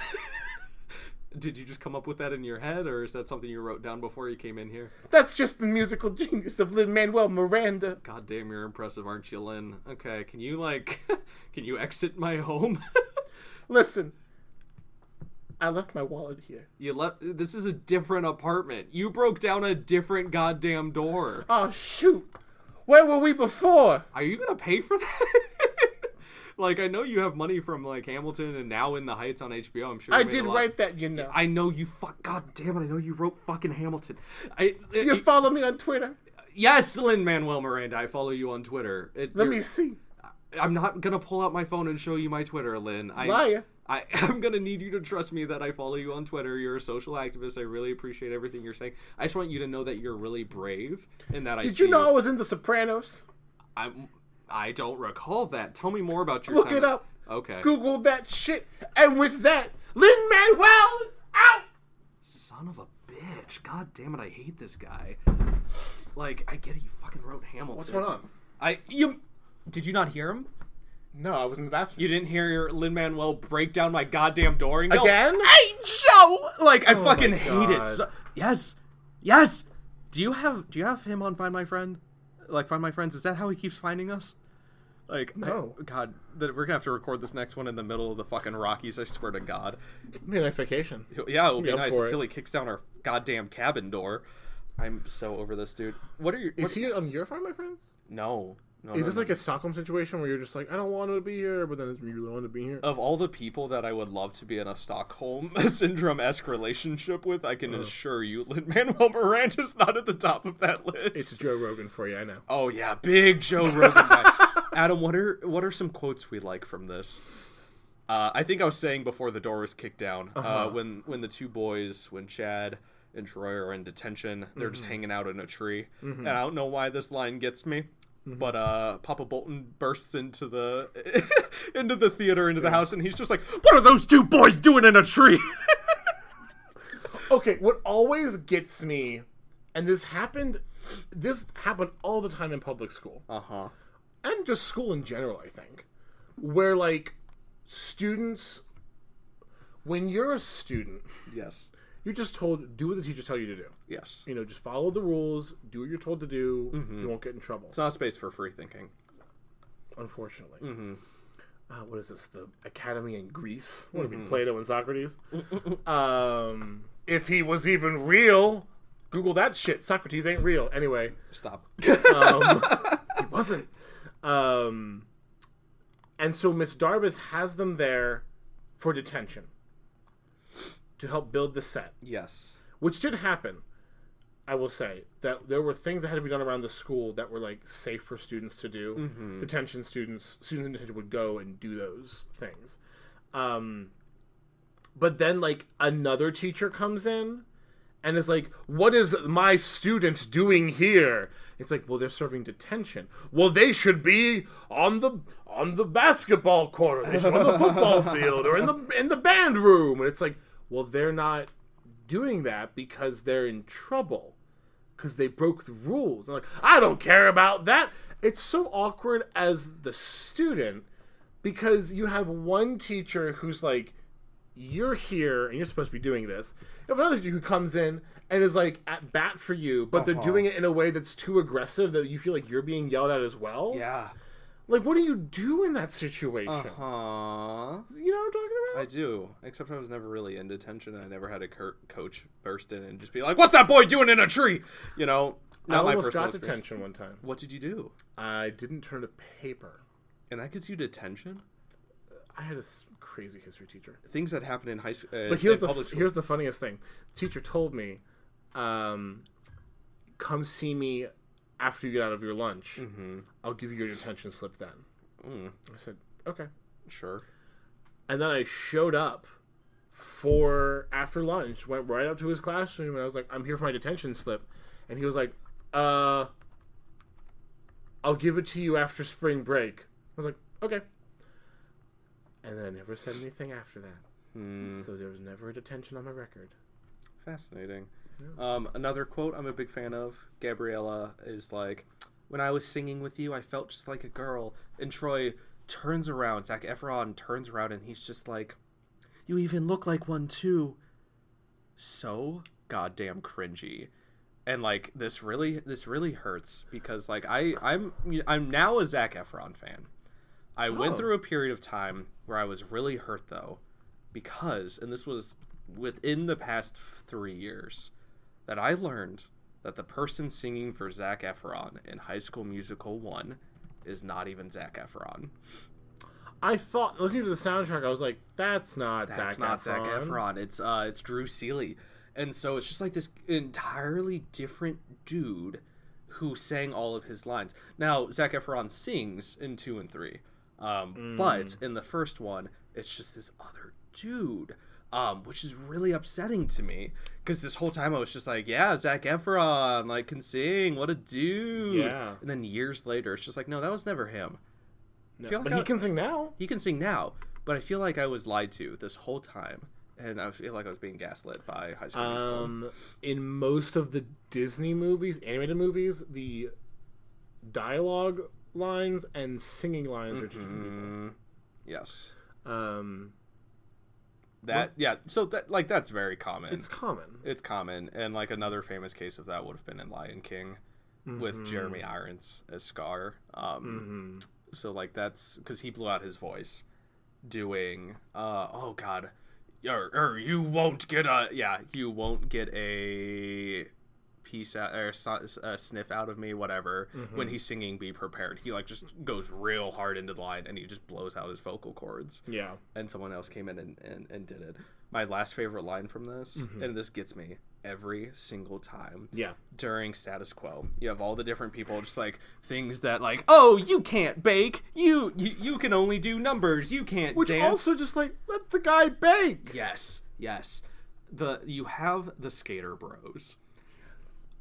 Speaker 4: Did you just come up with that in your head, or is that something you wrote down before you came in here?
Speaker 2: That's just the musical genius of Lin Manuel Miranda.
Speaker 4: God damn, you're impressive, aren't you, Lynn? Okay, can you like, [laughs] can you exit my home? [laughs]
Speaker 2: Listen, I left my wallet here.
Speaker 4: you left. This is a different apartment. You broke down a different goddamn door.
Speaker 2: Oh shoot! Where were we before?
Speaker 4: Are you gonna pay for that? [laughs] like, I know you have money from like Hamilton and now in the Heights on HBO. I'm sure you
Speaker 2: I
Speaker 4: made a
Speaker 2: did
Speaker 4: lot-
Speaker 2: write that, you know.
Speaker 4: I know you fuck. God damn it! I know you wrote fucking Hamilton. I
Speaker 2: Do you follow me on Twitter?
Speaker 4: yes, Lynn Manuel Miranda. I follow you on Twitter. It's
Speaker 2: Let
Speaker 4: you're-
Speaker 2: me see.
Speaker 4: I'm not gonna pull out my phone and show you my Twitter, Lynn. I,
Speaker 2: Liar.
Speaker 4: I [laughs] am gonna need you to trust me that I follow you on Twitter. You're a social activist. I really appreciate everything you're saying. I just want you to know that you're really brave and that I.
Speaker 2: Did
Speaker 4: see
Speaker 2: you know I was in The Sopranos?
Speaker 4: I'm- I don't recall that. Tell me more about your.
Speaker 2: Look
Speaker 4: time-
Speaker 2: it up.
Speaker 4: Okay.
Speaker 2: Google that shit. And with that, Lin Manuel is out.
Speaker 4: Son of a bitch. God damn it! I hate this guy. Like I get it. You fucking wrote Hamilton.
Speaker 2: What's going on?
Speaker 4: I you. Did you not hear him?
Speaker 2: No, I was in the bathroom.
Speaker 4: You didn't hear Lin Manuel break down my goddamn door and go,
Speaker 2: Again? Oh
Speaker 4: Hey, Joe! Like I fucking
Speaker 2: my
Speaker 4: hate it.
Speaker 2: God.
Speaker 4: So- yes, yes. Do you have Do you have him on Find My Friend? Like Find My Friends? Is that how he keeps finding us? Like
Speaker 2: No.
Speaker 4: I, God, that we're gonna have to record this next one in the middle of the fucking Rockies. I swear to God.
Speaker 2: Me nice vacation.
Speaker 4: Yeah, it would be
Speaker 2: up
Speaker 4: nice
Speaker 2: for it.
Speaker 4: until he kicks down our goddamn cabin door. I'm so over this dude. What are you?
Speaker 2: Is he on your farm, my friends?
Speaker 4: no. No,
Speaker 2: Is
Speaker 4: no,
Speaker 2: this
Speaker 4: no.
Speaker 2: like a Stockholm situation where you're just like, I don't want to be here, but then it's really want to be here?
Speaker 4: of all the people that I would love to be in a Stockholm [laughs] syndrome esque relationship with, I can assure you, Lin Manuel Miranda's not at the top of that list.
Speaker 2: It's Joe Rogan for you, I know.
Speaker 4: oh yeah, big Joe Rogan. [laughs] guy. Adam, what are what are some quotes we like from this? Uh, I think I was saying before the door was kicked down uh when when the two boys, when Chad and Troy are in detention, they're just hanging out in a tree, and I don't know why this line gets me. But uh, Papa Bolton bursts into the [laughs] into the theater, into the house, and he's just like, "What are those two boys doing in a tree?" [laughs]
Speaker 2: Okay, what always gets me, and this happened, this happened all the time in public school.
Speaker 4: Uh huh.
Speaker 2: and just school in general, I think, where like students, when you're a student,
Speaker 4: Yes.
Speaker 2: you're just told do what the teachers tell you to do.
Speaker 4: Yes.
Speaker 2: You know, just follow the rules, do what you're told to do. You won't get in trouble.
Speaker 4: It's not a space for free thinking.
Speaker 2: unfortunately, uh, what is this? The Academy in Greece? What would it be Plato and Socrates? um, if he was even real, Google that shit. Socrates ain't real. Anyway.
Speaker 4: Stop.
Speaker 2: Um, he wasn't. Um, and so Miss Darbus has them there for detention to help build the set,
Speaker 4: yes.
Speaker 2: which did happen. I will say that there were things that had to be done around the school that were like safe for students to do. Detention students, students in detention would go and do those things. Um, but then like another teacher comes in and is like, "What is my student doing here?" It's like, "Well, they're serving detention. Well, they should be on the on the basketball court, or they should be on the football field, or in the in the band room." And it's like, "Well, they're not doing that because they're in trouble because they broke the rules. I'm like, I don't care about that. It's so awkward as the student because you have one teacher who's like, you're here and you're supposed to be doing this. You have another teacher who comes in and is like at bat for you, but
Speaker 4: Uh-huh.
Speaker 2: they're doing it in a way that's too aggressive that you feel like you're being yelled at as well.
Speaker 4: Yeah.
Speaker 2: Like, what do you do in that situation?
Speaker 4: Aww.
Speaker 2: You know what I'm talking about?
Speaker 4: I do. Except I was never really in detention. I never had a cur- coach burst in and just be like, "What's that boy doing in a tree?" You know.
Speaker 2: I
Speaker 4: Not my
Speaker 2: almost
Speaker 4: personal
Speaker 2: got
Speaker 4: experience.
Speaker 2: detention one time.
Speaker 4: What did you do?
Speaker 2: I didn't turn a paper.
Speaker 4: And that gets you detention.
Speaker 2: I had a s- crazy history teacher.
Speaker 4: Things that happen in high school. Uh,
Speaker 2: But here's
Speaker 4: in
Speaker 2: the
Speaker 4: public
Speaker 2: f-
Speaker 4: school.
Speaker 2: here's the funniest thing. Teacher told me, um, "Come see me after you get out of your lunch. I'll give you your detention slip then." I said, "Okay."
Speaker 4: sure.
Speaker 2: And then I showed up for after lunch. Went right up to his classroom and I was like, "I'm here for my detention slip," and he was like, "Uh, I'll give it to you after spring break." I was like, "Okay." And then I never said anything after that.
Speaker 4: Hmm,
Speaker 2: So there was never a detention on my record.
Speaker 4: Fascinating. Um, another quote I'm a big fan of Gabriella is like, When I was singing with you, I felt just like a girl. And Troy turns around, Zach Efron turns around, and he's just like, You even look like one too. So goddamn cringy. And like this really this really hurts because like I I'm I'm now a Zach Efron fan. I went through a period of time where I was really hurt though because, and this was within the past three years, that I learned that the person singing for Zach Efron in High School Musical 1 is not even Zach Efron.
Speaker 2: I thought listening to the soundtrack, I was like, "That's not
Speaker 4: That's
Speaker 2: Zac
Speaker 4: not
Speaker 2: Efron.
Speaker 4: Zac Efron. It's uh, it's Drew Seeley. And so it's just like this entirely different dude who sang all of his lines. Now Zac Efron sings in two and three, um,
Speaker 2: Mm.
Speaker 4: but in the first one, it's just this other dude. Um, which is really upsetting to me because this whole time I was just like, yeah, Zach Efron, like, can sing. What a dude.
Speaker 2: Yeah.
Speaker 4: And then years later, it's just like, no, that was never him. I feel like
Speaker 2: But
Speaker 4: I-
Speaker 2: he can sing now.
Speaker 4: he can sing now, but I feel like I was lied to this whole time, and I feel like I was being gaslit by High School Musical.
Speaker 2: Um, in most of the Disney movies, animated movies, the dialogue lines and singing lines are two
Speaker 4: Mm-hmm.
Speaker 2: different
Speaker 4: Yes,
Speaker 2: people. Um,
Speaker 4: that yeah. So that like that's very common.
Speaker 2: it's
Speaker 4: It's,
Speaker 2: common.
Speaker 4: common, and like another famous case of that would have been in Lion King,
Speaker 2: Mm-hmm.
Speaker 4: with Jeremy Irons as Scar. Um, So like that's because he blew out his voice, doing uh oh god. Or, or you won't get a yeah you won't get a piece out or so- a sniff out of me, whatever. When he's singing "Be Prepared," he like just goes real hard into the line and he just blows out his vocal cords.
Speaker 2: Yeah.
Speaker 4: And someone else came in and, and, and did it. My last favorite line from this, and this gets me every single time
Speaker 2: Yeah.
Speaker 4: during status quo you have all the different people just like things that like oh you can't bake you you, you can only do numbers you can't
Speaker 2: Which
Speaker 4: dance
Speaker 2: also just like let the guy bake.
Speaker 4: Yes, yes. The you have the skater bros.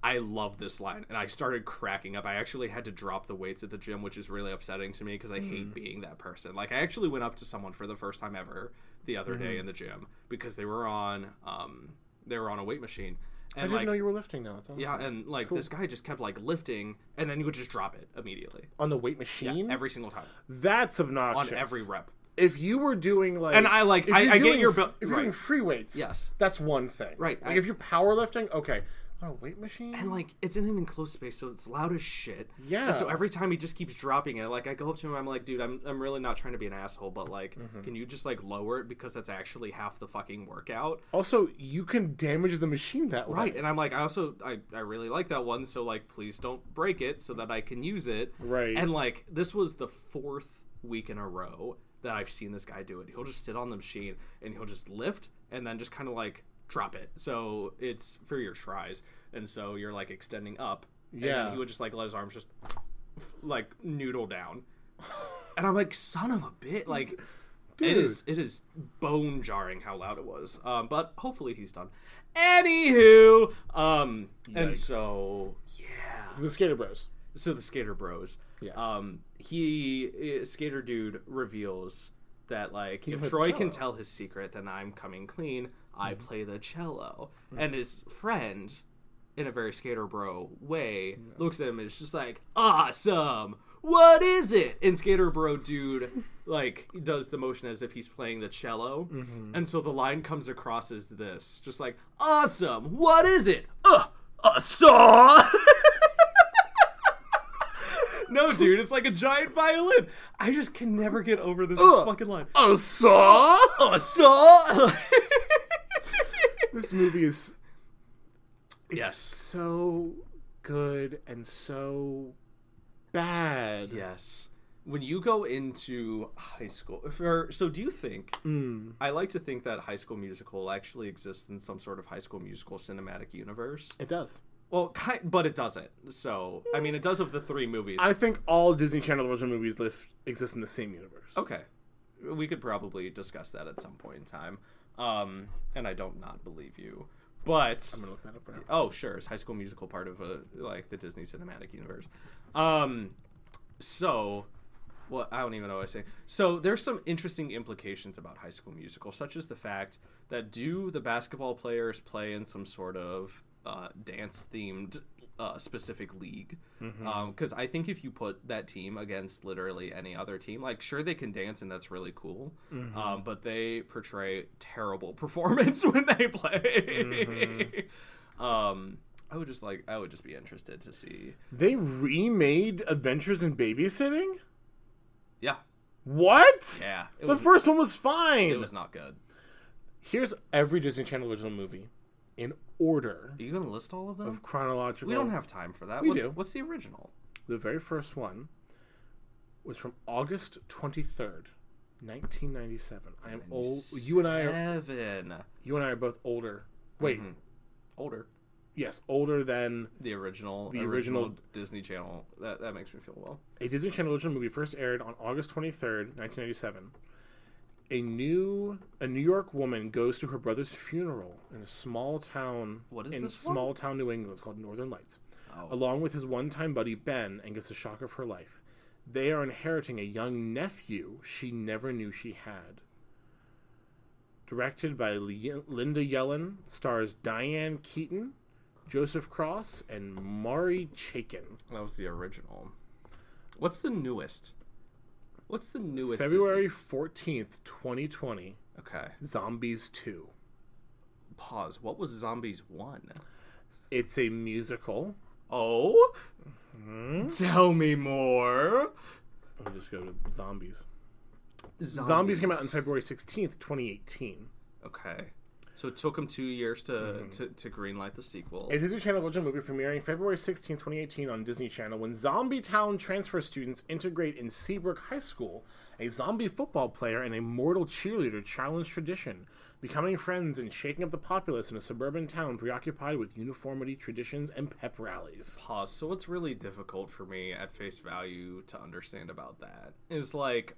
Speaker 4: I love this line, and I started cracking up. I actually had to drop the weights at the gym, which is really upsetting to me because I
Speaker 2: Mm.
Speaker 4: hate being that person. Like I actually went up to someone for the first time ever the other
Speaker 2: Mm-hmm.
Speaker 4: day in the gym because they were on um they were on a weight machine.
Speaker 2: I
Speaker 4: And
Speaker 2: didn't
Speaker 4: like
Speaker 2: know you were lifting now. That's awesome.
Speaker 4: yeah, and like this guy just kept like lifting, and then he would just drop it immediately,
Speaker 2: on the weight machine.
Speaker 4: every single time,
Speaker 2: That's
Speaker 4: on
Speaker 2: obnoxious.
Speaker 4: every rep.
Speaker 2: if you were doing like
Speaker 4: And I, like,
Speaker 2: if
Speaker 4: I-
Speaker 2: you're
Speaker 4: I get
Speaker 2: doing
Speaker 4: your
Speaker 2: f-
Speaker 4: bu-
Speaker 2: if you're doing
Speaker 4: right.
Speaker 2: free weights
Speaker 4: Yes.
Speaker 2: that's one thing
Speaker 4: Right,
Speaker 2: like
Speaker 4: I-
Speaker 2: if you're powerlifting okay on a weight machine
Speaker 4: And like it's in an enclosed space, so it's loud as shit.
Speaker 2: Yeah.
Speaker 4: And so every time he just keeps dropping it, like I go up to him, I'm like, dude, I'm, I'm really not trying to be an asshole, but like,
Speaker 2: Mm-hmm.
Speaker 4: can you just like lower it because that's actually half the fucking workout,
Speaker 2: also you can damage the machine that way
Speaker 4: right? And I'm like, I also I I really like that one, so like please don't break it so that I can use it,
Speaker 2: Right.
Speaker 4: And like this was the fourth week in a row that I've seen this guy do it. He'll just sit on the machine and he'll just lift and then just kind of like drop it. So it's for your tries, and so you're like extending up. and then
Speaker 2: Yeah.
Speaker 4: he would just like let his arms just like noodle down, and I'm like, son of a bit, like. It is it is bone jarring how loud it was, um, but hopefully he's done. Anywho, um, and
Speaker 2: Yikes.
Speaker 4: so yeah,
Speaker 2: the skater bros
Speaker 4: so the skater bros
Speaker 2: Yes.
Speaker 4: um he eh, skater dude reveals that like
Speaker 2: play
Speaker 4: if
Speaker 2: the
Speaker 4: Troy
Speaker 2: cello.
Speaker 4: can tell his secret, then I'm coming clean. I play the cello, and his friend, in a very skater bro way, looks at him and is just like, "Awesome! What is it?" And skater bro dude like does the motion as if he's playing the cello, and so the line comes across as this, just like, "Awesome! What is it?" Uh, uh saw. [laughs] No, dude, it's like a giant violin. I just can never get over this fucking line.
Speaker 2: Oh, saw!
Speaker 4: Oh, saw.
Speaker 2: This movie is
Speaker 4: [laughs] yes.
Speaker 2: so good and so bad.
Speaker 4: Yes. When you go into high school, or, so do you think?
Speaker 2: Hmm.
Speaker 4: I like to think that High School Musical actually exists in some sort of High School Musical cinematic universe.
Speaker 2: It does.
Speaker 4: Well, ki but it doesn't. So, I mean, it does of the three movies.
Speaker 2: I think all Disney Channel original movies live, exist in the same universe.
Speaker 4: Okay. We could probably discuss that at some point in time. Um, and I don't not believe you. But
Speaker 2: I'm gonna look that up right now.
Speaker 4: oh sure is high school musical part of a like the disney cinematic universe um so well i don't even know what i say so there's some interesting implications about high school musical such as the fact that do the basketball players play in some sort of uh, dance themed uh, specific league because i think if you put that team against literally any other team like sure they can dance and that's really cool um, but they portray terrible [laughs] performance when they play um, I would just like I would just be interested to see.
Speaker 2: They remade Adventures in Babysitting?
Speaker 4: Yeah,
Speaker 2: What?
Speaker 4: yeah. It
Speaker 2: The
Speaker 4: was,
Speaker 2: first one was fine.
Speaker 4: it was not good.
Speaker 2: Here's every Disney Channel original movie in order
Speaker 4: Are you gonna list all of them?
Speaker 2: of chronological.
Speaker 4: we don't have time for that.
Speaker 2: We
Speaker 4: what's,
Speaker 2: do.
Speaker 4: What's the original?
Speaker 2: The very first one was from August 23rd, 1997. I am old. You and I are
Speaker 4: Seven.
Speaker 2: you and I are both older. Wait,
Speaker 4: Mm-hmm. Older.
Speaker 2: yes, older than
Speaker 4: The original.
Speaker 2: The
Speaker 4: original,
Speaker 2: original-
Speaker 4: Disney Channel. That that makes me feel well.
Speaker 2: a Disney Channel original movie first aired on August 23rd, 1997. A new a New York woman goes to her brother's funeral in a small town
Speaker 4: What is
Speaker 2: in
Speaker 4: this one?
Speaker 2: small town New England. It's called Northern Lights.
Speaker 4: Oh.
Speaker 2: Along with his one-time buddy Ben and gets the shock of her life. They are inheriting a young nephew she never knew she had. Directed by Le- Linda Yellen, stars Diane Keaton, Joseph Cross, and Mari Chaikin.
Speaker 4: That was the original. What's the newest? What's the newest? Disney-
Speaker 2: February 14th, 2020,
Speaker 4: Okay.
Speaker 2: Zombies 2.
Speaker 4: Pause. What was Zombies One?
Speaker 2: It's a musical.
Speaker 4: Oh. Tell me more.
Speaker 2: Let me just go to Zombies. Zombies came out on February 16th, 2018.
Speaker 4: Okay. So it took him two years to
Speaker 2: Mm-hmm.
Speaker 4: to, to greenlight the sequel.
Speaker 2: A Disney Channel original movie premiering February 16, 2018 on Disney Channel when Zombie Town transfer students integrate in Seabrook High School. A zombie football player and a mortal cheerleader challenge tradition, becoming friends and shaking up the populace in a suburban town preoccupied with uniformity, traditions, and pep rallies.
Speaker 4: Pause. So what's really difficult for me at face value to understand about that is like,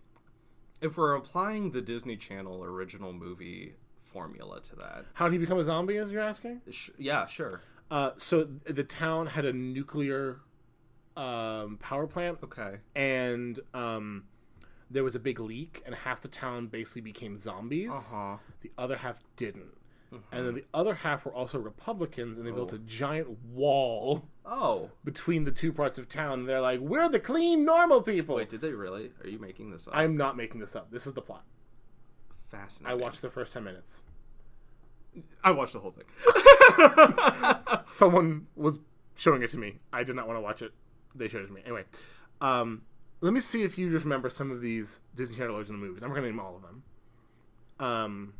Speaker 4: if we're applying the Disney Channel original movie formula to that,
Speaker 2: How did he become a zombie, as you're asking?
Speaker 4: sh- yeah, sure,
Speaker 2: Uh, so th- the town had a nuclear um, power plant,
Speaker 4: okay,
Speaker 2: and um, there was a big leak, and half the town basically became zombies.
Speaker 4: uh-huh.
Speaker 2: The other half didn't. And
Speaker 4: Mm-hmm.
Speaker 2: then the other half were also Republicans, and they built a giant wall [laughs]
Speaker 4: Oh,
Speaker 2: between the two parts of town. And they're like, "We're the clean, normal people."
Speaker 4: wait, did they really? Are you making this up?
Speaker 2: I'm not making this up. This is the plot. I
Speaker 4: fascinated.
Speaker 2: watched the first ten minutes.
Speaker 4: I watched the whole [laughs] thing.
Speaker 2: someone was showing it to me. I did not want to watch it. They showed it to me. Anyway, um, let me see if you just remember some of these Disney Channel original movies. I'm going to name all of them. Um,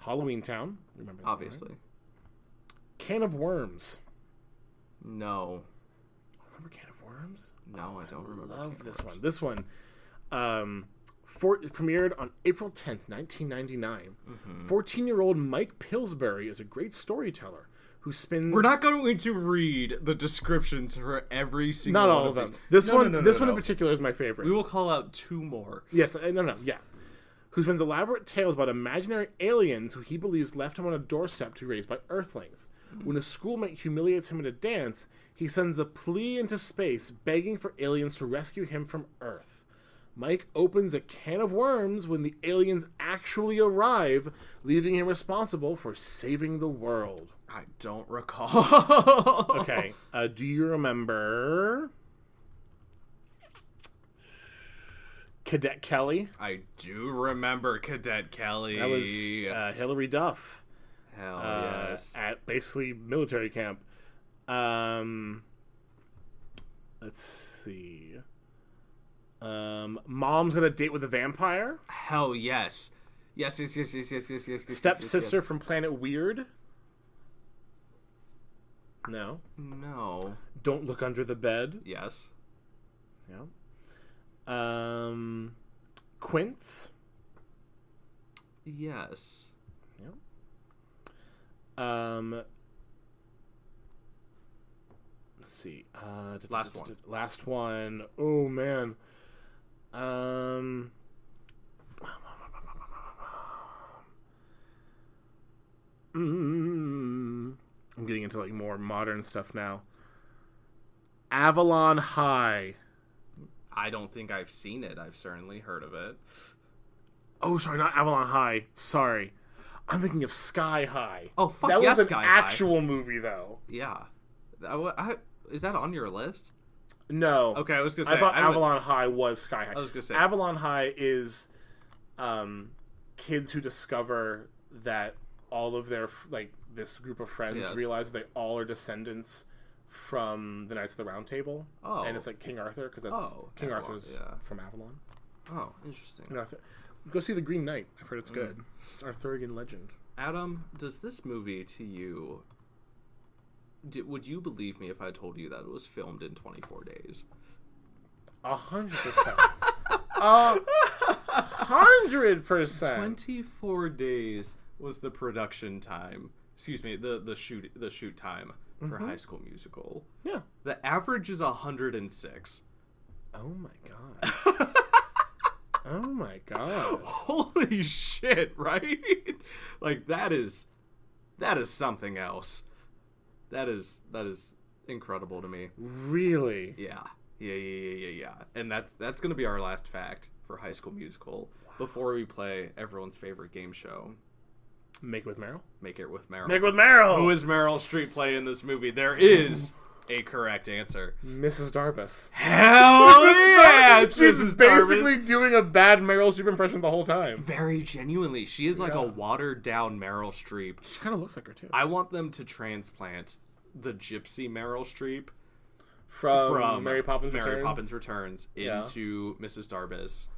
Speaker 2: Halloween Town. Remember that? one, right?
Speaker 4: Obviously,
Speaker 2: Can of Worms.
Speaker 4: no,
Speaker 2: Remember Can of Worms?
Speaker 4: no, I don't remember.
Speaker 2: Love this one. This one. Um, for, it premiered on April 10th, 1999.
Speaker 4: Mm-hmm.
Speaker 2: 14 year old Mike Pillsbury is a great storyteller who spins.
Speaker 4: We're not going to read the descriptions for every single.
Speaker 2: Not
Speaker 4: one
Speaker 2: all of them.
Speaker 4: these.
Speaker 2: This
Speaker 4: No,
Speaker 2: one,
Speaker 4: no, no,
Speaker 2: this
Speaker 4: no,
Speaker 2: one in
Speaker 4: no.
Speaker 2: particular is my favorite.
Speaker 4: We will call out two more.
Speaker 2: Yes, uh, no, no, yeah. Who spins elaborate tales about imaginary aliens who he believes left him on a doorstep to be raised by Earthlings. When a schoolmate humiliates him at a dance, he sends a plea into space begging for aliens to rescue him from Earth. Mike opens a can of worms when the aliens actually arrive, leaving him responsible for saving the world.
Speaker 4: I don't recall.
Speaker 2: Okay, [laughs] uh, do you remember Cadet Kelly?
Speaker 4: [laughs] I do remember Cadet Kelly.
Speaker 2: That was uh, Hillary Duff.
Speaker 4: Hell
Speaker 2: uh,
Speaker 4: Oh, yes.
Speaker 2: at basically military camp. Um, let's see. Um, mom's gonna date with a vampire.
Speaker 4: Hell yes. Yes, yes, yes, yes, yes, yes, yes. [laughs] yes,
Speaker 2: Stepsister
Speaker 4: yes,
Speaker 2: from Planet Weird. No.
Speaker 4: yes. No.
Speaker 2: Don't look under the bed.
Speaker 4: Yes.
Speaker 2: Yeah. Um, Quince.
Speaker 4: Yes.
Speaker 2: Um, let's see. Uh, d- d-
Speaker 4: Last
Speaker 2: d-
Speaker 4: one.
Speaker 2: d- Last one. Oh man. Um. [sighs] Mm, I'm getting into like more modern stuff now. Avalon High.
Speaker 4: I don't think I've seen it. I've certainly heard of it.
Speaker 2: Oh, sorry, not Avalon High. Sorry, I'm thinking of Sky High.
Speaker 4: Oh, fuck
Speaker 2: that
Speaker 4: yeah,
Speaker 2: was an
Speaker 4: Sky High.
Speaker 2: actual movie though.
Speaker 4: Yeah. I w I is that on your list?
Speaker 2: No.
Speaker 4: Okay, I was gonna say
Speaker 2: I thought
Speaker 4: would-
Speaker 2: Avalon High was Sky High. I
Speaker 4: was gonna say-
Speaker 2: Avalon High is um, kids who discover that all of their like this group of friends
Speaker 4: Yes.
Speaker 2: realize they all are descendants from the Knights of the Round Table.
Speaker 4: Oh.
Speaker 2: and it's like King Arthur because that's
Speaker 4: Oh,
Speaker 2: King
Speaker 4: Avalon,
Speaker 2: Arthur's
Speaker 4: yeah.
Speaker 2: from Avalon.
Speaker 4: Oh, interesting.
Speaker 2: King Arthur. Go see the Green Knight. I've heard it's
Speaker 4: Mm.
Speaker 2: good. It's an Arthurian legend.
Speaker 4: [laughs] Adam, does this movie to you? d would you believe me if I told you that it was filmed in 24 days?
Speaker 2: A hundred percent. A hundred percent.
Speaker 4: 24 days was the production time. Excuse me, the the shoot the shoot time for High School Musical.
Speaker 2: Yeah.
Speaker 4: The average is 106.
Speaker 2: Oh my god. [laughs] oh my god.
Speaker 4: [laughs] Holy shit, right? [laughs] like that is that is something else. That is that is incredible to me.
Speaker 2: Really?
Speaker 4: Yeah. Yeah, yeah, yeah, yeah, yeah. And that's that's going to be our last fact for High School Musical before we play everyone's favorite game show,
Speaker 2: Make with Meryl?
Speaker 4: Make It With Meryl.
Speaker 2: Make with Meryl!
Speaker 4: Who is Meryl Streep playing in this movie? There is a correct answer.
Speaker 2: Mrs. Darbus.
Speaker 4: Hell
Speaker 2: She's basically doing a bad Meryl Streep impression the whole time.
Speaker 4: very genuinely. She is like a watered down Meryl Streep.
Speaker 2: She kind of looks like her, too.
Speaker 4: I want them to transplant the gypsy Meryl Streep
Speaker 2: From,
Speaker 4: from
Speaker 2: Mary Poppins
Speaker 4: Um, Mary
Speaker 2: Return.
Speaker 4: Poppins Returns
Speaker 2: Yeah.
Speaker 4: into Mrs. Darbus,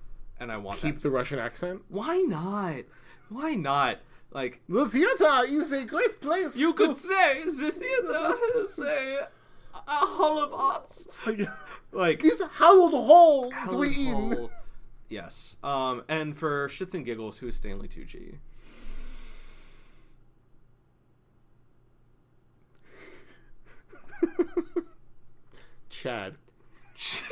Speaker 4: and I want
Speaker 2: Keep
Speaker 4: that.
Speaker 2: the Russian accent.
Speaker 4: Why not? Why not? Like
Speaker 2: The theater is a great place.
Speaker 4: you could say the theater is a, a hall of arts.
Speaker 2: [laughs]
Speaker 4: Like
Speaker 2: This hallowed hall that
Speaker 4: hall
Speaker 2: we
Speaker 4: of
Speaker 2: in.
Speaker 4: hall. Yes. Um. And for shits and giggles, who is Stanley Tucci?
Speaker 2: Chad.
Speaker 4: [laughs]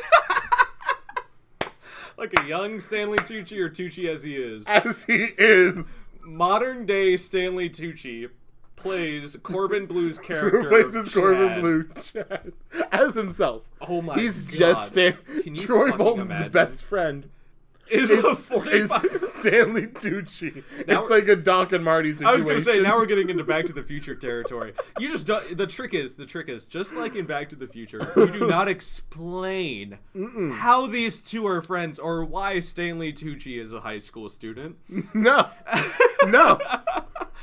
Speaker 4: Like a young Stanley Tucci or Tucci as he is.
Speaker 2: As he is.
Speaker 4: modern day Stanley Tucci plays Corbin [laughs] Blue's character.
Speaker 2: Replaces Corbin
Speaker 4: Chad.
Speaker 2: Blue. [laughs] Chad. As himself.
Speaker 4: Oh my
Speaker 2: He's
Speaker 4: god.
Speaker 2: just Stan-
Speaker 4: Can you
Speaker 2: [laughs] Troy
Speaker 4: fucking
Speaker 2: Bolton's
Speaker 4: imagine?
Speaker 2: best
Speaker 4: [laughs]
Speaker 2: friend.
Speaker 4: Is
Speaker 2: is,
Speaker 4: a 45
Speaker 2: is Stanley Tucci.
Speaker 4: Now
Speaker 2: it's
Speaker 4: we're-
Speaker 2: like a Doc and Marty situation.
Speaker 4: I was gonna say now we're getting into Back
Speaker 2: [laughs]
Speaker 4: to the Future territory. You just do, the trick is the trick is just like in Back to the Future, you do not explain how these two are friends or why Stanley Tucci is a high school student.
Speaker 2: [laughs]
Speaker 4: [laughs]
Speaker 2: no, no.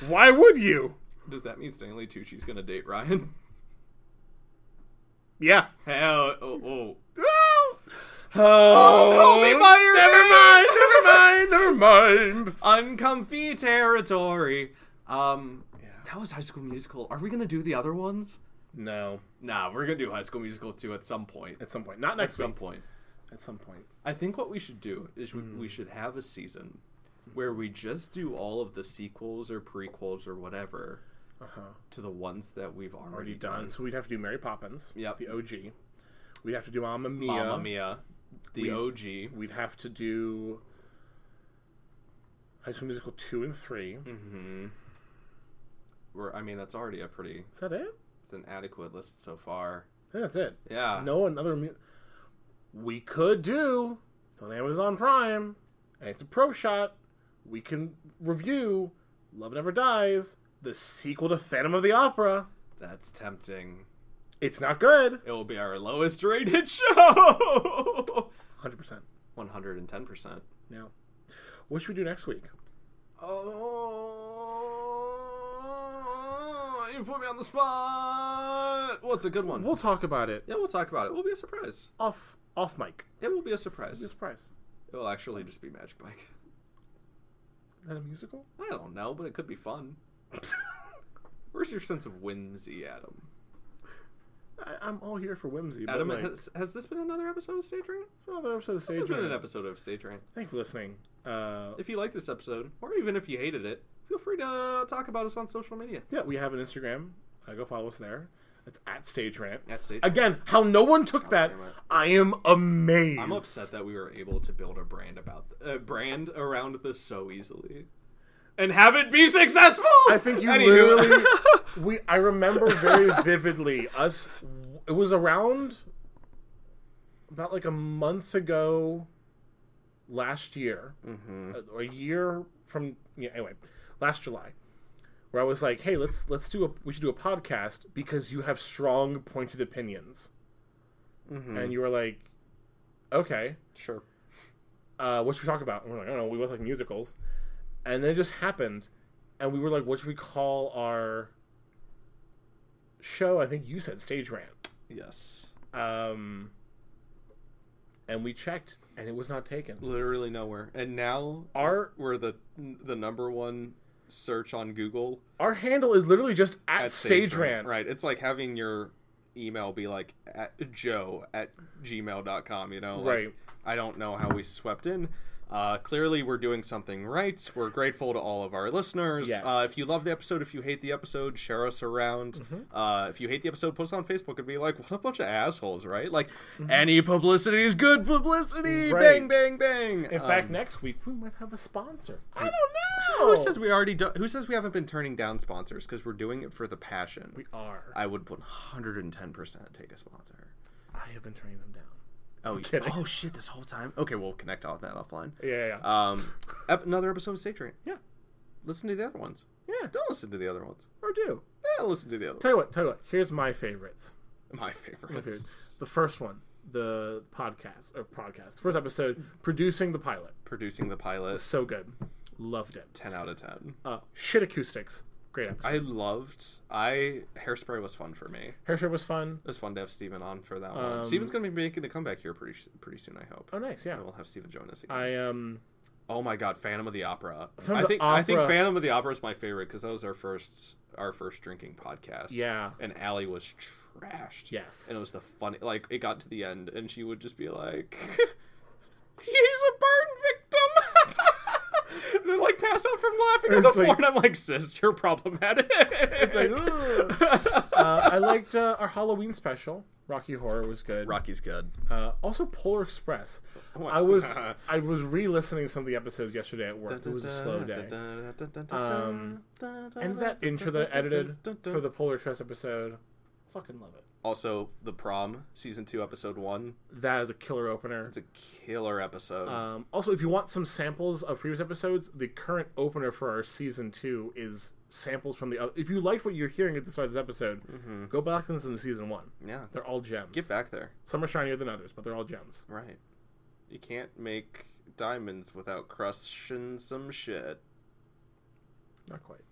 Speaker 2: Why would you?
Speaker 4: Does that mean Stanley Tucci's gonna date Ryan? [laughs]
Speaker 2: Yeah.
Speaker 4: Hell, oh, oh.
Speaker 2: Oh, oh
Speaker 4: Kobe
Speaker 2: Never
Speaker 4: Bryant!
Speaker 2: mind. Never mind. Never mind.
Speaker 4: [laughs] uncomfy territory. Um, that was High School Musical. Are we gonna do the other ones?
Speaker 2: No.
Speaker 4: Nah, we're gonna do High School Musical too at some point. At
Speaker 2: At some point. Not next
Speaker 4: some
Speaker 2: week.
Speaker 4: point.
Speaker 2: At some point.
Speaker 4: I think what we should do is we, we should have a season where we just do all of the sequels or prequels or whatever to the ones that we've already,
Speaker 2: Already
Speaker 4: done.
Speaker 2: done. So we'd have to do Mary Poppins.
Speaker 4: Mm. Yep.
Speaker 2: The OG. We'd have to do Mamma Mia.
Speaker 4: Mamma Mia, the OG.
Speaker 2: We'd have to do High School Musical two and 3
Speaker 4: Mm-hmm. We're, I mean, that's already a pretty,
Speaker 2: Is that it?
Speaker 4: it's an adequate list so far. Ah.
Speaker 2: I think that's it.
Speaker 4: Yeah.
Speaker 2: No another. Mu- we could do It's on Amazon Prime, and it's a pro shot. We can review Love Never Dies, the sequel to Phantom of the Opera.
Speaker 4: That's tempting.
Speaker 2: It's not good.
Speaker 4: It will be our lowest rated [laughs] show.
Speaker 2: 100%.
Speaker 4: One hundred and ten percent.
Speaker 2: No. What should we do next week?
Speaker 4: Oh, you put me on the spot. What's a good one?
Speaker 2: We'll talk about it
Speaker 4: yeah, we'll talk about it. It will be a surprise.
Speaker 2: off off mic.
Speaker 4: It will be a surprise.
Speaker 2: Be a surprise.
Speaker 4: It will actually just be Magic Mike.
Speaker 2: Is that a
Speaker 4: [laughs]
Speaker 2: musical?
Speaker 4: I don't know, but it could be fun. Where's your sense of whimsy, Adam?
Speaker 2: I, I'm all here for whimsy. But
Speaker 4: Adam,
Speaker 2: like,
Speaker 4: has, has this been another episode of Sage Rant?
Speaker 2: it's another episode of
Speaker 4: This
Speaker 2: Sage.
Speaker 4: has been an
Speaker 2: Rant.
Speaker 4: episode of Sage Rant.
Speaker 2: Thank you for listening. Uh,
Speaker 4: If you liked this episode, or even if you hated it, feel free to talk about us on social media.
Speaker 2: yeah, we have an Instagram. Uh, go follow us there. It's at Stage Rant.
Speaker 4: At Sage Rant.
Speaker 2: Again, how no one took that,
Speaker 4: damn it.
Speaker 2: I am amazed.
Speaker 4: I'm upset that we were able to build a brand about a brand around this so easily, and have it be successful.
Speaker 2: I think you
Speaker 4: Anywho. [laughs]
Speaker 2: literally. we I remember very vividly us. It was around about like a month ago, last year,
Speaker 4: Hmm.
Speaker 2: uh, or a year from yeah. Anyway, last July, where I was like, "Hey, let's let's do a we should do a podcast because you have strong pointed opinions,"
Speaker 4: Hmm.
Speaker 2: and you were like, "Okay."
Speaker 1: Sure.
Speaker 2: uh, what should we talk about? And we're like, I don't know, we both like musicals. And then it just happened, and we were like, what should we call our show? I think you said Stage Rant.
Speaker 4: yes,
Speaker 2: Um, and we checked, and it was not taken.
Speaker 4: literally nowhere. And now
Speaker 2: Our
Speaker 4: we're the the number one search on Google
Speaker 2: our handle is literally just at,
Speaker 4: at
Speaker 2: Stage, Rant.
Speaker 4: Right, it's like having your email be like at joe at gmail.com you know like,
Speaker 2: Right.
Speaker 4: i don't know how we swept in uh, clearly we're doing something right we're grateful to all of our listeners
Speaker 2: Yes.
Speaker 4: uh, if you love the episode if you hate the episode share us around
Speaker 2: Mm-hmm.
Speaker 4: uh, if you hate the episode post it on facebook and be like what a bunch of assholes right like any publicity is good publicity
Speaker 2: Mm-hmm. Right.
Speaker 4: bang bang bang Uh,
Speaker 2: In fact, oh. next week we might have a sponsor. I don't know.
Speaker 4: who says we already do- who says we haven't been turning down sponsors because we're doing it for the passion
Speaker 2: we are?
Speaker 4: I would 110% take a sponsor.
Speaker 2: I have been turning them down.
Speaker 4: Oh, you-
Speaker 2: kidding.
Speaker 4: oh shit, this whole time? Okay, we'll connect all that offline.
Speaker 2: Yeah, yeah, yeah.
Speaker 4: Um, ep- another episode of State Train.
Speaker 2: Yeah.
Speaker 4: Listen to the other ones.
Speaker 2: yeah.
Speaker 4: Don't listen to the other ones.
Speaker 2: Or do.
Speaker 4: Yeah, listen to the other
Speaker 2: Tell you what. Tell you what. Here's my favorites.
Speaker 4: ones. My favorite.
Speaker 2: my favorite. The first one, the podcast or podcast, first episode, producing the pilot,
Speaker 4: Producing the pilot.
Speaker 2: so good, loved it.
Speaker 4: 10 out of 10.
Speaker 2: Uh, shit acoustics, great episode.
Speaker 4: I loved. I Hairspray was fun for me. It
Speaker 2: Hairspray was fun.
Speaker 4: was fun to have Steven on for that one. Steven's gonna be making a comeback here pretty pretty soon. Um, I hope.
Speaker 2: Oh, nice, yeah.
Speaker 4: And we'll have Steven join us again.
Speaker 2: I um,
Speaker 4: Oh my god, Phantom of the Opera.
Speaker 2: Phantom of
Speaker 4: I
Speaker 2: the
Speaker 4: think I think
Speaker 2: Opera.
Speaker 4: Phantom of the Opera is my favorite because that was our first our first drinking podcast.
Speaker 2: Yeah.
Speaker 4: and Allie was trashed.
Speaker 2: Yes.
Speaker 4: and it was the funny. Like it got to the end, and she would just be like, [laughs] "He's a burn victim." [laughs] and then like pass out from laughing on
Speaker 2: It's
Speaker 4: the floor,
Speaker 2: like-
Speaker 4: and I'm like, "Sis, you're problematic." It's [laughs]
Speaker 2: like, ugh. uh, I liked uh, our Halloween special. Rocky Horror was good.
Speaker 4: Rocky's good.
Speaker 2: Uh, also, Polar Express. I was I was re-listening to some of the episodes yesterday at work. It was a slow day. Um, And that intro that I edited for the Polar Express episode, fucking love it.
Speaker 4: also the prom season two episode one.
Speaker 2: That is a killer opener.
Speaker 4: It's a killer episode.
Speaker 2: Um, also, if you want some samples of previous episodes, the current opener for our season two is samples from the other. If you liked what you're hearing at the start of this episode, go back and listen to season one.
Speaker 4: yeah,
Speaker 2: They're all gems.
Speaker 4: get back there.
Speaker 2: Some are shinier than others, but they're all gems.
Speaker 4: Right. You can't make diamonds without crushing some shit.
Speaker 2: Not quite.